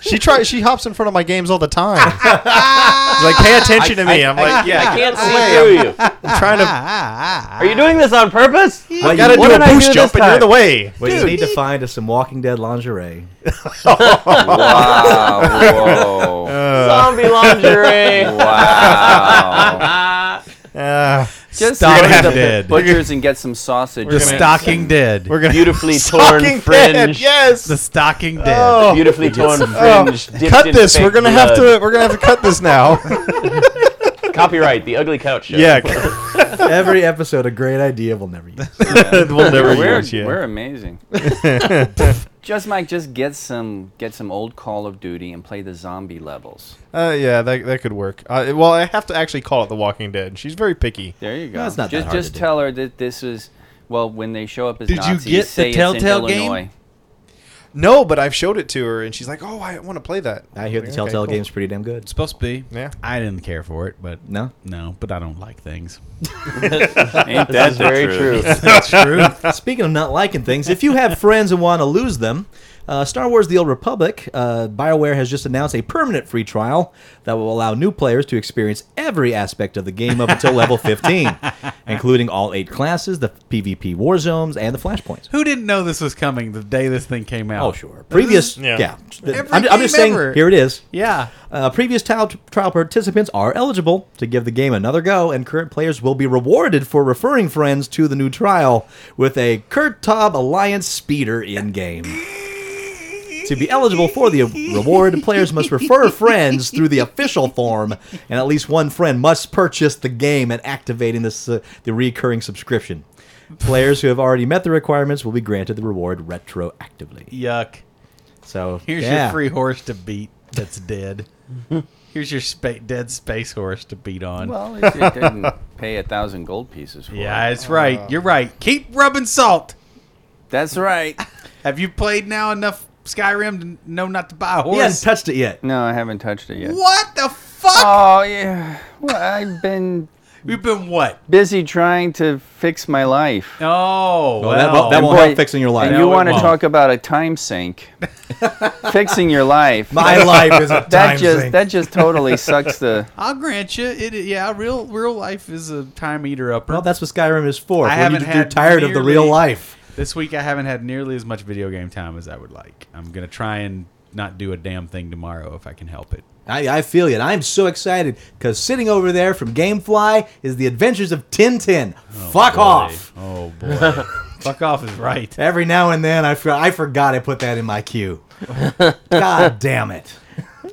S6: she tries. She hops in front of my games all the time.
S3: [LAUGHS]
S6: She's like, pay attention to me. I, am like, yeah,
S3: I can't see [LAUGHS] through you.
S6: I'm trying to.
S3: Are you doing this on purpose?
S4: well,
S6: I gotta
S4: you,
S3: what
S6: do
S3: did
S6: a
S3: I
S6: boost
S3: do
S6: jump,
S3: this
S6: and you're
S3: time?
S6: the way.
S4: [LAUGHS] what you need to find is some Walking Dead lingerie.
S5: [LAUGHS]
S8: Wow. Whoa.
S5: Uh.
S3: Zombie lingerie.
S8: Wow.
S5: [LAUGHS]
S6: Uh,
S8: Just
S5: Stop
S8: go to
S5: it,
S8: the
S5: Dead.
S8: Butchers and get some sausage.
S5: The
S8: man.
S5: stocking dead.
S6: [LAUGHS] we're gonna
S3: Beautifully torn
S6: Talking Dead.
S3: fringe.
S6: Yes.
S5: The
S6: [LAUGHS]
S5: stocking
S6: Oh.
S5: dead.
S3: Beautifully torn [LAUGHS] fringe. dipped
S6: Cut
S3: in
S6: this.
S3: fake
S6: We're gonna have
S3: blood.
S6: to. We're gonna have to cut this now. [LAUGHS]
S3: copyright the ugly couch show.
S6: yeah. [LAUGHS]
S4: Every episode, a great idea we'll never use.
S6: we'll never
S8: Oh, We're,
S6: use you.
S3: [LAUGHS]
S5: [LAUGHS]
S8: we're amazing. just Mike, just get some get some old Call of Duty and play the zombie levels.
S6: Uh, yeah, that, that could work. Uh, well, I have to actually call it The Walking Dead. She's very picky.
S8: There you go.
S4: Well, it's not that
S8: just
S4: hard to
S8: just
S4: do.
S8: tell her that this is well when they show up as
S5: Did you
S8: Nazis.
S5: get the
S8: say it's in
S5: Telltale game? [LAUGHS]
S8: Illinois.
S6: No, but I've showed it to her, and she's like, "Oh, I want to play that."
S4: I hear the
S6: Okay,
S4: Telltale
S6: cool.
S4: game's pretty damn good.
S5: supposed to be.
S6: Yeah.
S5: I didn't care for it, but
S4: No?
S5: no, but I don't like things.
S8: Ain't that
S3: That's
S8: the
S3: very
S8: truth?
S3: true.
S5: That's
S4: [LAUGHS]
S5: true.
S4: Speaking of not liking things, if you have friends and want to lose them, uh, Star Wars The Old Republic, uh, BioWare has just announced a permanent free trial that will allow new players to experience every aspect of the game up until level
S6: [LAUGHS]
S4: 15, including all eight classes, the PvP war zones, and the flashpoints.
S5: Who didn't know this was coming the day this thing came out?
S4: Oh, sure. Previous,
S6: Yeah.
S4: yeah.
S5: Every
S4: I'm, I'm just
S5: game
S4: saying,
S5: ever.
S4: here it is.
S5: Yeah.
S4: Uh, previous trial, trial participants are eligible to give the game another go, and current players will be rewarded for referring friends to the new trial with a Kurt Taub Alliance speeder in game. To be eligible for the reward, players must refer friends through the official form, and at least one friend must purchase the game and activating this uh, the recurring subscription. Players who have already met the requirements will be granted the reward retroactively.
S5: Yuck.
S4: So
S5: Here's
S4: yeah.
S5: your free horse to beat that's dead. Here's your spa- dead space horse to beat on.
S8: Well, it, it didn't pay a thousand gold pieces for
S5: yeah,
S8: it.
S5: it's right. You're right. Keep rubbing salt. [LAUGHS]
S8: That's right.
S5: Have you played now enough Skyrim to know not to buy a
S4: He hasn't
S5: horse?
S4: touched it yet.
S8: No, I haven't touched it yet.
S5: What the fuck?
S8: Oh yeah. Well, I've been
S5: We've been what?
S8: busy trying to fix my life.
S5: Oh,
S4: Well, that
S5: well.
S4: won't- that won't- help
S8: Boy,
S4: fixing your life.
S8: And
S5: No,
S8: you
S5: it
S8: want to
S5: won't.
S8: talk about a time sink? [LAUGHS] fixing your life.
S4: [LAUGHS] My life
S8: [LAUGHS]
S4: is a
S8: that
S4: time
S8: just
S4: sink.
S8: that just totally sucks the
S5: I'll grant you. It, yeah, real real life is a time eater upper.
S4: Well, that's what Skyrim is for.
S5: I
S4: when
S5: haven't
S4: you,
S5: had
S4: you're tired of the real
S5: nearly-
S4: life.
S5: This week I haven't had nearly as much video game time as I would like. I'm gonna try and not do a damn thing tomorrow if I can help it.
S4: I, I feel you. And I'm so excited because sitting over there from GameFly is the Adventures of Tintin. Fuck
S5: Boy.
S4: off.
S5: Oh
S4: [LAUGHS]
S5: boy. Fuck off is right.
S4: Every now and then, I for- I forgot I put that in my [LAUGHS] queue. God damn it.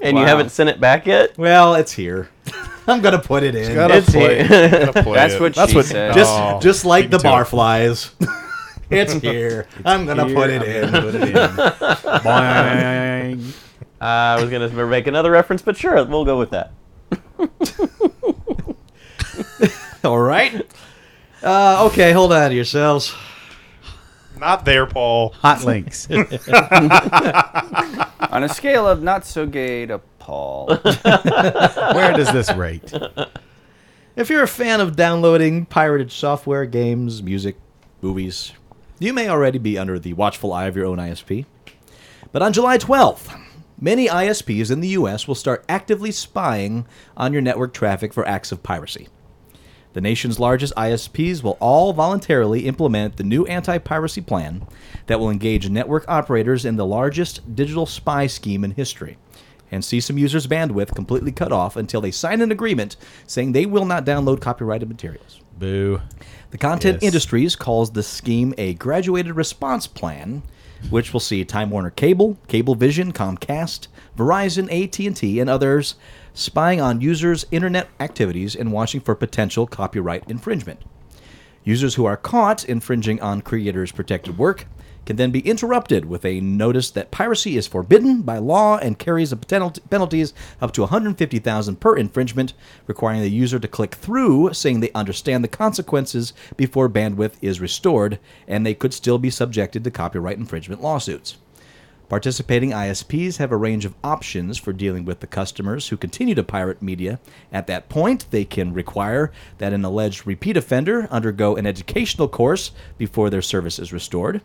S3: And you haven't sent it back yet?
S4: Well, it's here. [LAUGHS] I'm gonna put it in.
S6: Gotta
S3: It's
S6: play
S3: here.
S6: it. Gotta play
S8: That's
S6: it.
S8: what
S6: That's
S8: she
S6: what.
S8: said.
S4: just
S6: Oh,
S4: just like the
S6: to it.
S4: barflies. [LAUGHS] it's here. I'm gonna put it
S5: Here,
S4: in.
S5: I'm gonna Put it in. Boing.
S3: Uh, I was going to make another reference, but sure, we'll go with that.
S4: All right. Uh, okay, hold on to yourselves.
S6: Not there, Paul.
S5: Hot
S4: [LAUGHS]
S5: links.
S8: on a scale of not so gay to Paul.
S5: Where does this rate?
S4: If you're a fan of downloading pirated software, games, music, movies, you may already be under the watchful eye of your own ISP. But on July 12th, many ISPs in the US will start actively spying on your network traffic for acts of piracy. The nation's largest ISPs will all voluntarily implement the new anti piracy plan that will engage network operators in the largest digital spy scheme in history and see some users' bandwidth completely cut off until they sign an agreement saying they will not download copyrighted materials.
S5: Boo.
S4: The Content
S5: Yes.
S4: Industries calls the scheme a graduated response plan, which will see Time Warner Cable, Cablevision, Comcast, Verizon, AT&T, and others spying on users' internet activities and watching for potential copyright infringement. Users who are caught infringing on creators' protected work can then be interrupted with a notice that piracy is forbidden by law and carries a penalty, penalties up to 150,000 per infringement, requiring the user to click through saying they understand the consequences before bandwidth is restored and they could still be subjected to copyright infringement lawsuits. Participating ISPs have a range of options for dealing with the customers who continue to pirate media. At that point, they can require that an alleged repeat offender undergo an educational course before their service is restored.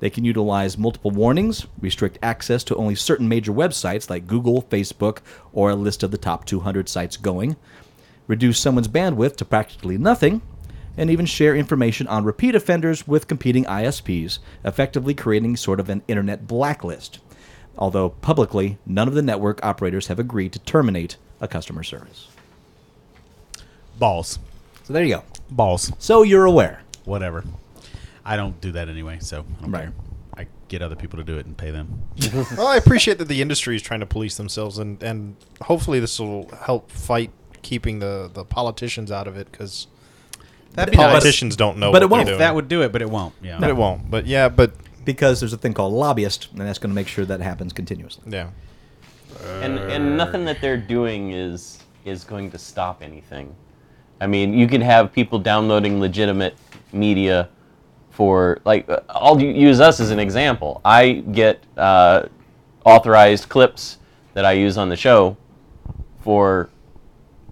S4: They can utilize multiple warnings, restrict access to only certain major websites like Google, Facebook, or a list of the top 200 sites going, reduce someone's bandwidth to practically nothing, and even share information on repeat offenders with competing ISPs, effectively creating sort of an internet blacklist. Although publicly, none of the network operators have agreed to terminate a customer service.
S5: Balls.
S4: So there you go.
S5: Balls.
S4: So you're aware.
S5: Whatever. I don't do that anyway, so I don't
S4: Right.
S5: care. I get other people to do it and pay them.
S6: Well, I appreciate that the industry is trying to police themselves, and, and hopefully this will help fight keeping the, the politicians out of it because
S5: That'd
S6: politicians don't know.
S4: but
S6: what
S4: it won't.
S6: they're doing.
S5: That would do it, but it won't. Yeah.
S6: But it won't. But yeah, but
S4: Because there's a thing called lobbyist, and that's going to make sure that happens continuously.
S6: yeah,
S3: and and nothing that they're doing is is going to stop anything. I mean, you can have people downloading legitimate media for like uh, I'll u- use us as an example. I get uh, authorized clips that I use on the show for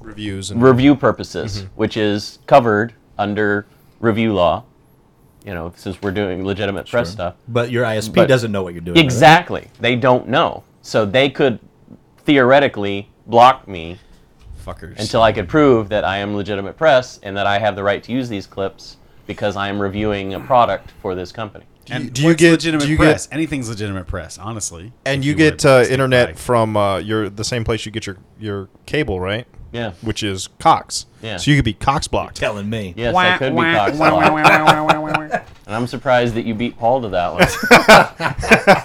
S6: reviews and
S3: review purposes, which is covered under review law. You know, since we're doing legitimate press stuff.
S4: But your ISP
S3: But-
S4: doesn't know what you're doing. right?
S3: Exactly. They don't know. So they could theoretically block me
S5: Fuckers.
S3: until I could prove that I am legitimate press and that I have the right to use these clips because I am reviewing a product for this company.
S5: and
S6: do you
S5: what's
S6: get-
S5: legitimate
S6: do you get-
S5: press? Anything's legitimate press, honestly.
S6: and
S5: If
S6: you,
S5: would
S6: get uh,
S5: stick
S6: internet
S5: by-
S6: from uh, your the same place you get your your cable, right?
S3: Yeah.
S6: Which is Cox.
S3: Yeah.
S6: So you could be Cox blocked.
S4: Telling me.
S3: Yes, I could be Cox a lot. And I'm surprised that you beat Paul to that one.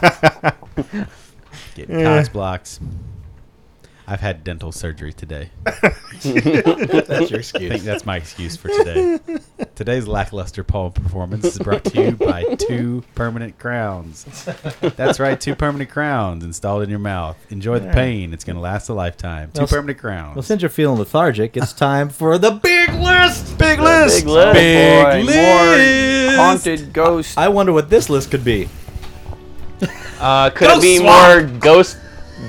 S5: Get Cox blocks. I've had dental
S4: [LAUGHS]
S5: surgery today. I
S4: That's your
S5: think
S4: excuse.
S5: that's my excuse for today. Today's lackluster Paul performance is brought to you by two permanent crowns. That's right, two permanent crowns installed in your mouth. Enjoy the pain; it's going to last a lifetime. Two
S4: Well, s-
S5: permanent
S4: well,
S5: crowns.
S4: since you're feeling lethargic, it's time for the big list. Big
S3: Big list.
S8: Boy, more haunted ghost.
S4: I wonder what this list could be.
S3: Uh, could it
S5: Ghost
S3: be
S5: swap.
S3: more ghost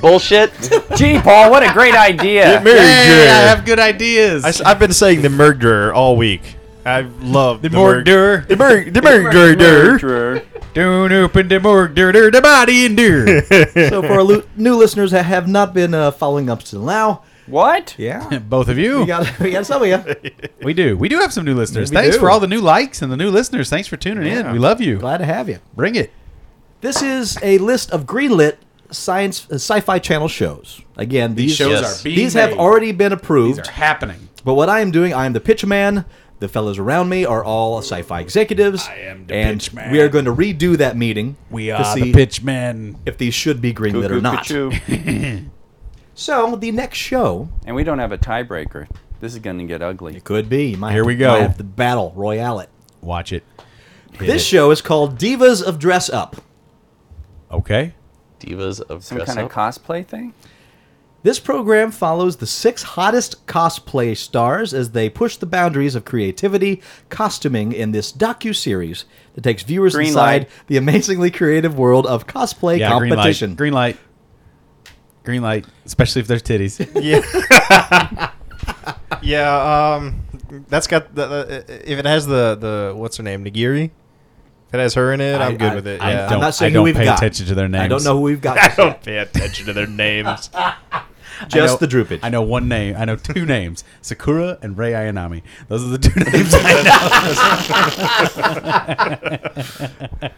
S3: bullshit?
S8: Gee, Paul, what a great idea!
S6: Mary
S5: Hey,
S6: Jane.
S5: I have good ideas.
S6: I s- I've been saying the murderer all week. I love
S5: the murderer,
S6: The, mur- [LAUGHS] the murderer.
S5: don't open the murderer, the body in there.
S4: so for our lo- new listeners that have not been uh, following up till now,
S8: What?
S4: [LAUGHS] yeah,
S5: Both of you,
S4: we got we got some of you.
S5: we do, we do have some new listeners.
S4: We
S5: Thanks
S4: do.
S5: for all the new likes and the new listeners. Thanks for tuning in. We love you.
S4: Glad to have you.
S5: Bring it.
S4: This is a list of greenlit science uh, sci-fi channel shows. Again, these,
S5: shows
S3: Yes. are
S5: being
S4: these have
S5: made.
S4: already been approved.
S5: These are happening.
S4: But what I am doing, I am the pitch man. The fellows around me are all sci-fi executives. I
S5: am the
S4: and
S5: pitch man.
S4: We are going to redo that meeting. to see
S5: pitchmen.
S4: if these should be greenlit or not. [LAUGHS] So the next show
S8: And we don't have a tiebreaker. This is going to get ugly.
S4: could be. You might
S5: Here
S4: have
S5: we
S4: to-
S5: go.
S4: Might have to battle royale it.
S5: Watch it.
S4: This show is called Divas of Dress Up.
S5: Okay.
S3: Divas of
S8: Some
S3: dress
S8: kind
S3: up.
S8: of cosplay thing.
S4: This program follows the six hottest cosplay stars as they push the boundaries of creativity, costuming in this docu-series that takes viewers
S8: Green
S4: inside
S8: light.
S4: the amazingly creative world of cosplay
S5: Yeah.
S4: competition.
S5: Green light. Green light. Green light. Especially if there's titties.
S4: [LAUGHS]
S6: Yeah. yeah. Um. That's got the, the if it has the the what's her name Nagiri. If it has her in it, I, am good
S4: I-
S6: with it.
S5: I
S6: yeah.
S4: I'm
S5: don't-
S4: not saying
S5: I don't
S4: who we've
S5: pay
S4: got.
S5: attention to their
S4: [LAUGHS] I don't
S5: names.
S4: know who we've
S5: [LAUGHS]
S4: got. [LAUGHS]
S6: don't pay attention to their names.
S4: Just
S5: I know-
S4: the droopage.
S5: I know one name. I know two names: Sakura and Rei Ayanami. Those are the two [LAUGHS] names I know.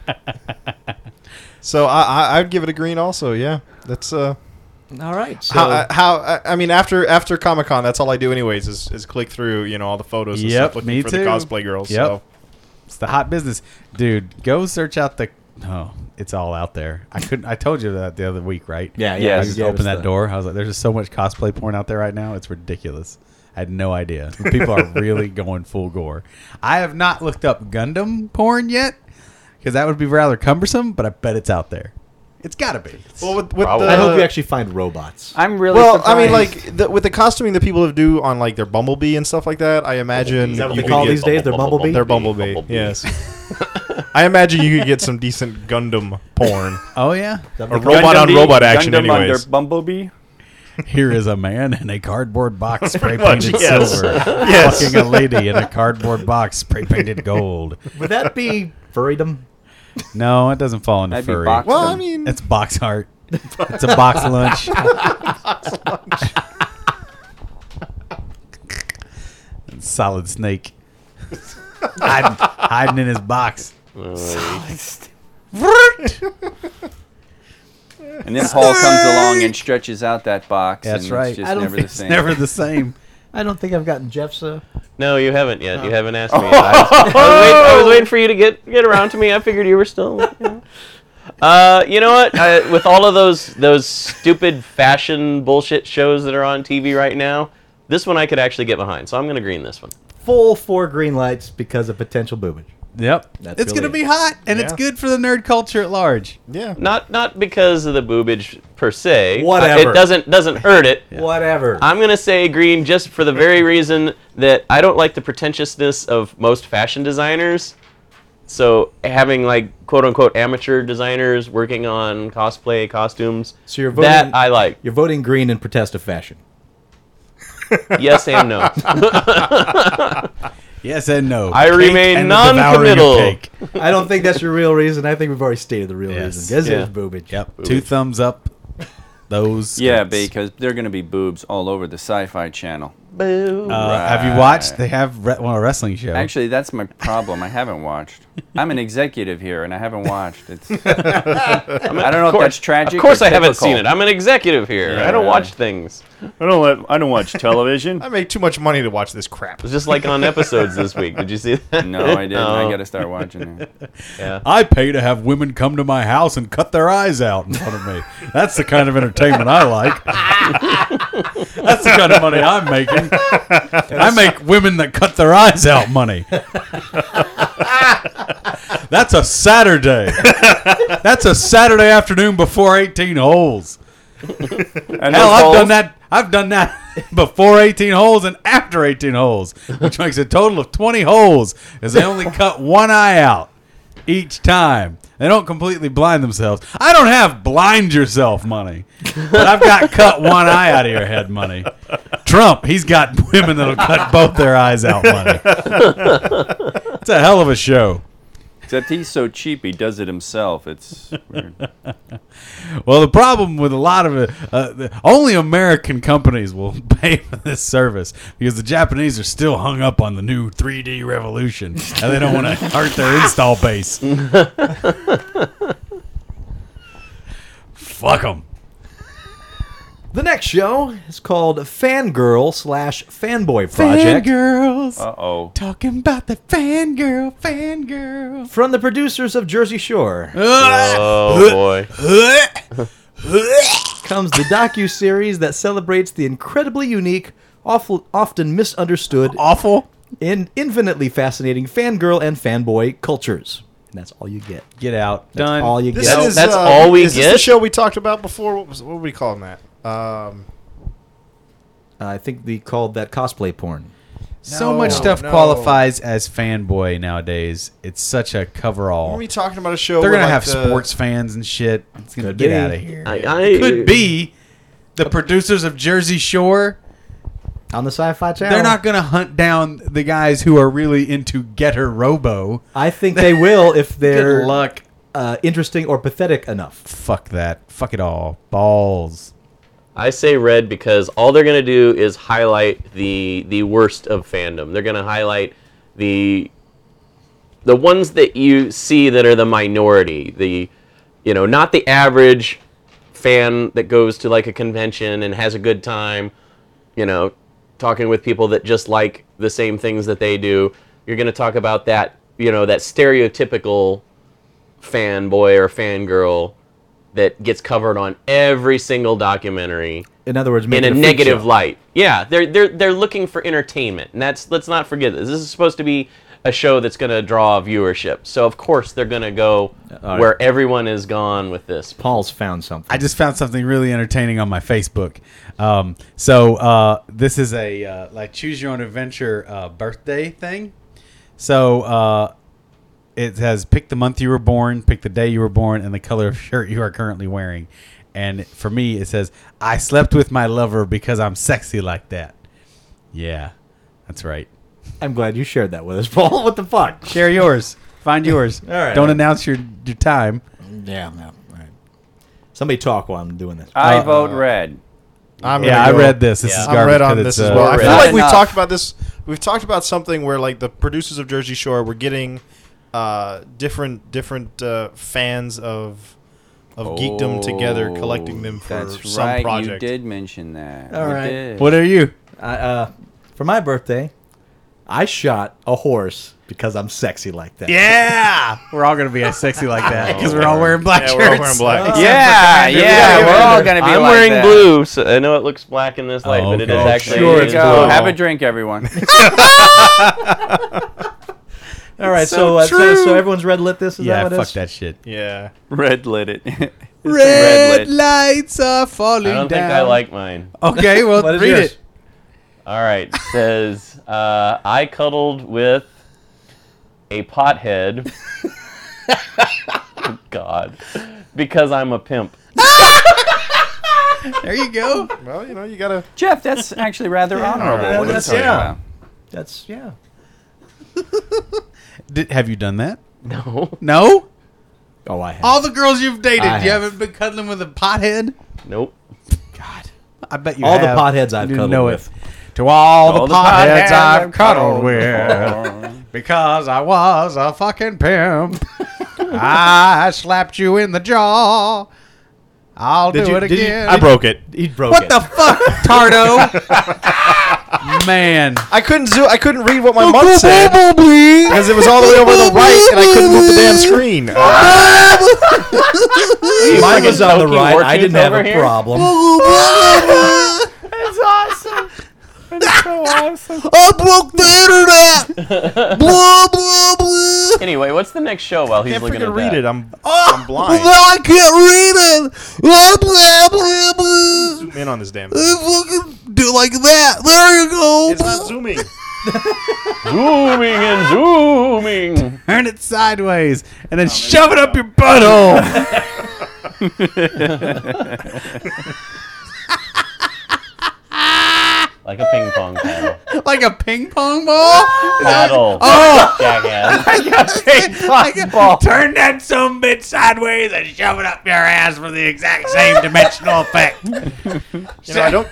S6: [LAUGHS] so I, I I'd give it a green also. Yeah. That's uh.
S4: All right. So
S6: How, I- how I- I mean after after Comic Con that's all I do anyways is, is click through you know all the photos and
S5: Yep,
S6: stuff looking
S5: me
S6: for
S5: too.
S6: the cosplay girls
S5: Yep.
S6: so
S5: It's the hot business, dude. Go search out the. Oh, it's all out there. I couldn't. I told you that the other week, right?
S4: yeah, yeah.
S8: Yes.
S5: I
S4: you
S5: just
S4: gave us
S5: opened that
S4: the-
S5: door. I was like, "There's just so much cosplay porn out there right now. It's ridiculous." I had no idea. People are really going full gore. I have not looked up Gundam porn yet. because that would be rather cumbersome. But I bet it's out there. It's got to be.
S6: Well, with, with
S3: Probably.
S6: the,
S4: I hope you actually find robots.
S8: I'm really
S6: Well,
S8: surprised.
S6: I mean, like the, with the costuming that people do on like their Bumblebee and stuff like that, I imagine
S4: Is that what
S6: you
S4: they
S6: could
S4: call
S6: get-
S4: these days? They're Bumblebee?
S6: They're Bumblebee.
S3: Bumblebee.
S6: Yes. [LAUGHS] I imagine you could get some decent Gundam porn.
S5: Oh yeah.
S6: Or robot on
S8: Gundam
S6: robot
S8: bee-
S6: action,
S8: Gundam
S6: anyways.
S8: under Bumblebee.
S5: Here is a man in a cardboard box spray
S6: much,
S5: painted
S6: yes.
S5: silver,
S6: Yes.
S5: fucking a lady in a cardboard box spray painted gold.
S4: Would that be furrydom?
S5: No, it doesn't fall into
S8: That'd be
S5: furry.
S8: box
S6: Well, I
S8: them.
S6: mean,
S5: It's box art. It's a [LAUGHS] box lunch. Solid [LAUGHS] snake. hiding, hiding in his box.
S8: And then Paul comes along and stretches out that box.
S5: That's
S8: and
S5: right.
S8: It's just
S5: I don't
S8: never
S5: think
S8: the
S5: it's
S8: same.
S5: never the same.
S4: I don't think I've gotten Jeff's. Uh,
S3: No, you haven't yet. You haven't
S6: [LAUGHS]
S3: asked me. I, was, I, was wait- I was waiting for you to get get around to me. I figured you were still. you know. Uh, you know what? I, with all of those those stupid fashion bullshit shows that are on TV right now, this one I could actually get behind. So I'm gonna green this one.
S4: full four green lights because of potential boobage.
S5: Yep.
S4: That's
S5: it's going to
S4: really-
S5: be hot, and it's
S6: Yeah.
S5: good for the nerd culture at large.
S6: yeah.
S3: Not not because of the boobage per se.
S4: Whatever.
S3: It doesn't doesn't hurt it.
S4: Whatever.
S3: I'm gonna say green just for the very reason that I don't like the pretentiousness of most fashion designers. So having like quote unquote amateur designers working on cosplay costumes,
S4: So you're voting-
S3: that I like.
S4: You're voting green in protest of fashion.
S3: Yes and
S4: [LAUGHS]
S8: [LAUGHS]
S3: no.
S5: Yes and no.
S3: I remain
S5: and the devouring of
S3: non-committal.
S5: cake.
S4: I don't think that's your real reason. I think we've already stated the real
S5: Yes.
S4: reason. This
S3: Yeah.
S4: is boobage.
S5: Yep. Two thumbs up. Those.
S8: Yeah,
S5: skirts.
S8: because they're going to be boobs all over the Sci-Fi Channel.
S3: Boo.
S5: Uh, have you watched? They have re- well, a wrestling show.
S8: Actually, that's my problem. I haven't watched. I'm an executive here, and I haven't watched. It's, I don't know if that's tragic.
S3: Of course,
S8: or
S3: I haven't
S8: typical.
S3: seen it. I'm an executive here. I don't
S8: Yeah.
S3: watch things.
S8: I don't. Let, I don't watch television.
S6: I make too much money to watch this crap.
S3: It's just like on episodes this week. Did you see that?
S8: [LAUGHS] no, I didn't.
S3: [LAUGHS]
S8: I
S3: Oh,
S8: got to start watching it.
S3: yeah.
S5: I pay to have women come to my house and cut their eyes out in front of me. That's the kind of entertainment I like. That's the kind of money I'm making. I make women that cut their eyes out money. That's a Saturday. That's a Saturday afternoon before 18 holes.
S8: And
S5: Hell,
S8: those
S5: I've
S8: holes-
S5: done that. I've done that [LAUGHS] before 18 holes and after 18 holes, which makes a total of 20 holes, as they only cut one eye out each time. They don't completely blind themselves. I don't have blind yourself money, but I've got cut one eye out of your head money. Trump, he's got women that'll cut both their eyes out money. It's a hell of a show.
S8: Except he's so cheap, he does it himself. It's weird.
S5: Well, the problem with a lot of it, uh, the- only American companies will [LAUGHS] pay for this service because the Japanese are still hung up on the new 3D revolution and they don't want to hurt their install base. Fuck them.
S4: The next show is called Fangirl slash Fanboy Project.
S5: Fangirls.
S8: Uh [LAUGHS] oh.
S5: Talking about the fangirl,
S4: [LAUGHS]
S5: fangirl.
S4: From the producers of Jersey Shore [LAUGHS]
S3: Oh boy.
S4: comes the docu series that celebrates the incredibly unique, awful, often misunderstood,
S5: Awful.
S4: and infinitely fascinating fangirl and fanboy cultures. And that's all you get.
S5: Get out.
S4: That's
S5: Done.
S4: all you
S6: This
S4: get.
S6: is,
S3: that's
S6: uh,
S3: all we
S6: is this
S3: get?
S6: the show we talked about before. What was what were we calling that? Um,
S4: I think they called that cosplay porn.
S5: so much
S6: No,
S5: stuff
S6: no.
S5: qualifies as fanboy nowadays. It's such a coverall.
S6: were we talking about a show?
S5: They're
S6: where,
S5: gonna have
S6: like, the-
S5: sports fans and shit. It's gonna
S4: Could
S5: get
S4: be.
S5: out of here.
S3: I, I,
S5: Could be the producers of Jersey Shore.
S4: On the Sci Fi Channel.
S5: They're not gonna hunt down the guys who are really into Get Her Robo.
S4: I think they will if they're
S5: [LAUGHS] Good luck.
S4: uh, interesting or pathetic enough.
S5: Fuck that. Fuck it all. Balls.
S3: I say red because all they're gonna do is highlight the the worst of fandom. They're gonna highlight the the ones that you see that are the minority, the you know, not the average fan that goes to like a convention and has a good time, you know, talking with people that just like the same things that they do. You're gonna talk about that, you know, that stereotypical fanboy or fangirl that gets covered on every single documentary
S4: In other words,
S3: in
S4: make
S3: a
S4: it freak
S3: negative
S4: show.
S3: light. Yeah, they're they're they're looking for entertainment, and that's let's not forget this. This is supposed to be a show that's going to draw viewership. So of course they're going to go
S4: right.
S3: where everyone is gone with this.
S4: Paul's found something.
S5: I just found something really entertaining on my Facebook. Um, so uh, this is a uh, like choose your own adventure uh, birthday thing. So uh, it has pick the month you were born, pick the day you were born, and the color of shirt you are currently wearing. And for me, it says I slept with my lover because I'm sexy like that. Yeah, that's right.
S4: I'm glad you shared that with us, [LAUGHS] Paul. What the fuck?
S5: Share yours. Find [LAUGHS] yours.
S4: All right.
S5: Don't announce your your time.
S4: Yeah, no. All right. Somebody talk while I'm doing this.
S8: I vote red.
S6: I'm
S5: Yeah,
S6: gonna
S5: I
S6: go-
S5: read this. This
S3: Yeah.
S5: is
S3: I'm
S5: garbage.
S6: I'm red on
S5: 'cause
S6: this
S5: it's,
S6: as
S5: uh,
S6: well. I feel
S8: red.
S6: like we've
S8: Enough.
S6: talked about this. We've talked about something where like the producers of Jersey Shore were getting uh, different different uh, fans of of geekdom together, collecting them for
S8: Oh, That's
S6: some
S8: right.
S6: project.
S8: You did mention that.
S4: All
S8: You
S4: right.
S8: did.
S5: What are you?
S4: I, uh, for my birthday, I shot a horse because I'm sexy like [LAUGHS] that.
S5: Yeah, we're all gonna be as sexy like
S6: [LAUGHS]
S5: that because we're all wearing black
S6: Yeah,
S5: shirts.
S6: we're all wearing
S5: [LAUGHS]
S6: black.
S8: Yeah, yeah,
S5: Yeah,
S8: we're all
S5: Commander.
S8: gonna be
S3: I'm
S8: like
S3: wearing
S8: that.
S3: blue, so I know it looks black in this light,
S5: Oh,
S3: but it
S5: okay.
S3: is
S5: Oh,
S3: actually
S5: sure,
S8: There you
S5: it's
S8: go.
S5: blue.
S8: Have a drink, everyone.
S4: All right, so
S6: so
S4: uh, so,
S6: true.
S4: so everyone's red lit. This is
S5: Yeah,
S4: that what it
S5: fuck
S4: is?
S5: that shit.
S6: Yeah.
S8: [LAUGHS] red lit it. [LAUGHS] It's a
S5: Red
S8: red lit.
S5: lights are falling
S3: I don't think
S5: down.
S3: I like mine.
S5: [LAUGHS] Okay, well,
S4: What is
S5: read
S4: yours?
S5: it.
S3: All right, it says uh, I cuddled with a pothead. [LAUGHS] God, because I'm a pimp.
S5: There you go.
S6: Well, you know, you gotta.
S8: Jeff, that's actually rather honorable.
S4: Yeah,
S8: What are you
S4: that's-
S8: talking
S4: yeah.
S8: about?
S4: That's yeah.
S5: Did, have you done that?
S3: No,
S5: No.
S4: Oh, I have.
S5: All the girls you've dated,
S4: I
S5: you
S4: have.
S5: haven't been cuddling with a pothead.
S3: nope.
S5: God, I bet you.
S4: All the
S5: have.
S4: potheads I've
S5: You
S4: cuddled
S5: know
S4: with.
S5: it. To all, the, potheads, I've
S8: I've
S5: cuddled
S8: cuddled
S5: with, because I was a fucking pimp. [LAUGHS] I slapped you in the jaw. I'll do
S6: you-
S5: it
S6: did you-
S5: again.
S6: I broke it.
S4: He broke
S5: What
S4: it.
S5: the [LAUGHS] fuck, Tardo? Man.
S6: I couldn't do. I couldn't read what
S5: Oh,
S6: my mom said
S5: Probably.
S6: because it was all the way over the right, and I couldn't move the
S5: [LAUGHS]
S6: damn screen.
S4: Mine was on the
S3: Loki
S4: right. I
S3: Wartooth
S4: didn't have
S3: over
S4: a
S3: here?
S4: problem.
S3: That's awesome. That's so awesome.
S5: I broke the internet. blah, blah, blah.
S3: Anyway, what's the next show while he's
S6: I can't
S3: looking
S6: freaking
S3: at
S6: read
S3: that?
S6: it. I'm,
S5: Oh,
S6: I'm blind.
S5: I can't read it. Blah, blah, blah, blah.
S6: Zoom in on this damn.
S5: fucking do like that. There you go.
S6: It's not zooming.
S3: Zooming and zooming.
S5: Turn it sideways and
S6: Oh,
S5: then shove it up your
S6: [LAUGHS]
S5: butthole.
S3: Like a ping [LAUGHS] pong paddle.
S5: like a ping pong ball.
S3: Paddle.
S5: Oh.
S3: Jackass.
S5: [LAUGHS] Like a- Turn that some bit sideways and shove it up your ass for the exact same dimensional effect.
S6: [LAUGHS] You know, I don't.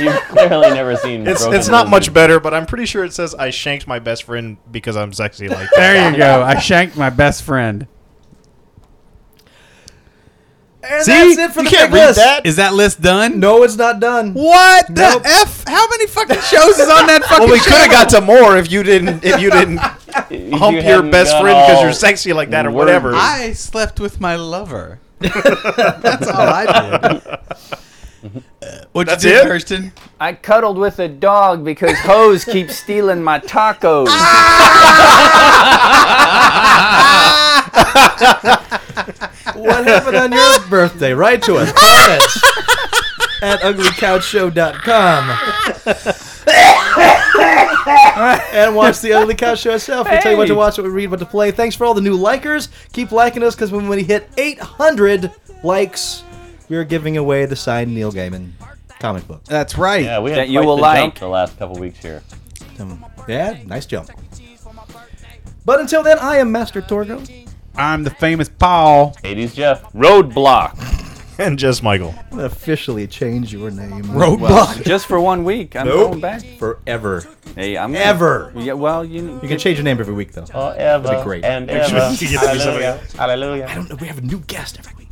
S3: You've clearly never seen
S6: It's
S3: Broken
S6: it's not
S3: Lizard.
S6: much better, but I'm pretty sure it says I shanked my best friend because I'm sexy like that.
S5: There you go. I shanked my best friend.
S4: And
S5: See?
S4: that's it for
S5: You
S4: the
S5: can't
S4: big
S5: read
S4: list.
S5: that. Is that list done?
S4: No, it's not done.
S5: [LAUGHS] What the
S4: Nope.
S5: f? How many fucking shows is on that fucking?
S6: Well, we could have
S5: channel?
S6: got to more if you didn't if you didn't
S3: If you
S6: hump your
S3: hadn't
S6: best
S3: got
S6: friend because you're
S3: all-
S6: sexy like that or
S3: wordy.
S6: whatever.
S5: I slept with my lover. That's all I did. What you
S6: That's
S5: do,
S6: it?
S5: Kirsten?
S8: I cuddled with a dog because hoes keep stealing my [LAUGHS] tacos.
S4: What happened on your birthday? Write to us. Comments at uglycouchshow.com. and watch the Ugly Couch Show itself. We'll tell you what to
S8: Hey.
S4: watch, what to read, what to play. Thanks for all the new likers. Keep liking us because when we hit 800 likes, we're giving away the signed Neil Gaiman comic book.
S5: That's right.
S3: Yeah, we had
S8: That you
S3: quite
S8: will
S3: the
S8: like.
S3: jump the last couple weeks here.
S4: Yeah, nice jump. But until then, I am Master Torgo.
S5: I'm the famous Paul.
S3: 80s Jeff.
S8: Roadblock.
S6: [LAUGHS] and just Michael.
S4: I'm going to officially change your name.
S5: Roadblock.
S8: Just for one week. I'm
S4: Nope.
S8: going back.
S4: Forever.
S8: Hey, I'm
S4: Ever.
S8: Yeah, well, you,
S4: You can change your name every week, though.
S3: Forever
S4: That'd be great.
S3: and
S6: Make sure
S3: ever.
S6: you get through something
S3: Hallelujah.
S6: else.
S3: Hallelujah.
S4: We have a new guest every week.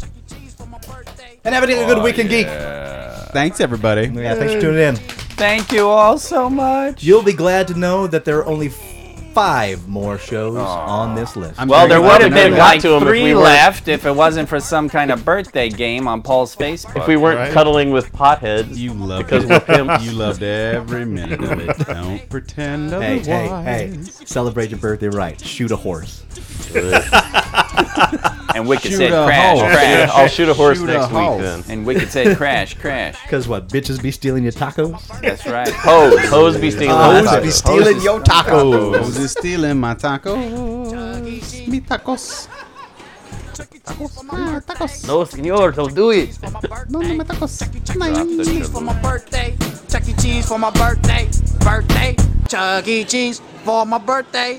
S4: And have a good weekend,
S5: Thanks, everybody.
S4: geek. Yeah, thanks for tuning in.
S8: Thank you all so much.
S4: You'll be glad to know that there are only f- five more shows on this list.
S5: I'm
S8: Well,
S5: sorry,
S8: there
S5: I'm
S8: would have
S5: not
S8: been
S5: gonna-
S8: like
S3: to 'em if
S8: three
S3: we weren't-
S8: left if it wasn't for some kind of birthday game on Paul's Facebook.
S3: If we weren't
S6: Right.
S3: cuddling with potheads,
S5: You loved
S3: because
S5: it.
S3: we're pimps.
S5: You loved every minute of it. Don't pretend
S4: hey,
S5: otherwise.
S4: hey, hey! Celebrate your birthday right. Shoot a horse.
S8: and Wicked
S5: Shoot
S8: said,
S5: a
S8: "Crash,
S5: hole."
S8: [LAUGHS] crash."
S3: I'll shoot a horse
S5: Shoot a
S3: next week
S5: hole.
S3: then.
S8: And Wicked said, "Crash, crash."
S4: [LAUGHS] Cause what? Bitches be stealing your tacos.
S8: That's [LAUGHS] right.
S3: Hose, hose be stealing.
S5: Oh,
S4: Hoes
S3: my
S4: be
S3: tacos.
S4: stealing your tacos.
S5: Those is stealing my tacos. Mi tacos.
S2: E,
S5: Tacos. Tacos.
S3: No, senor, don't do it.
S5: Donde me tacos?
S3: the
S5: Nine.
S2: Cheese for my birthday. Chuck E. Cheese for my birthday. Birthday. Chuck E. Cheese for my birthday.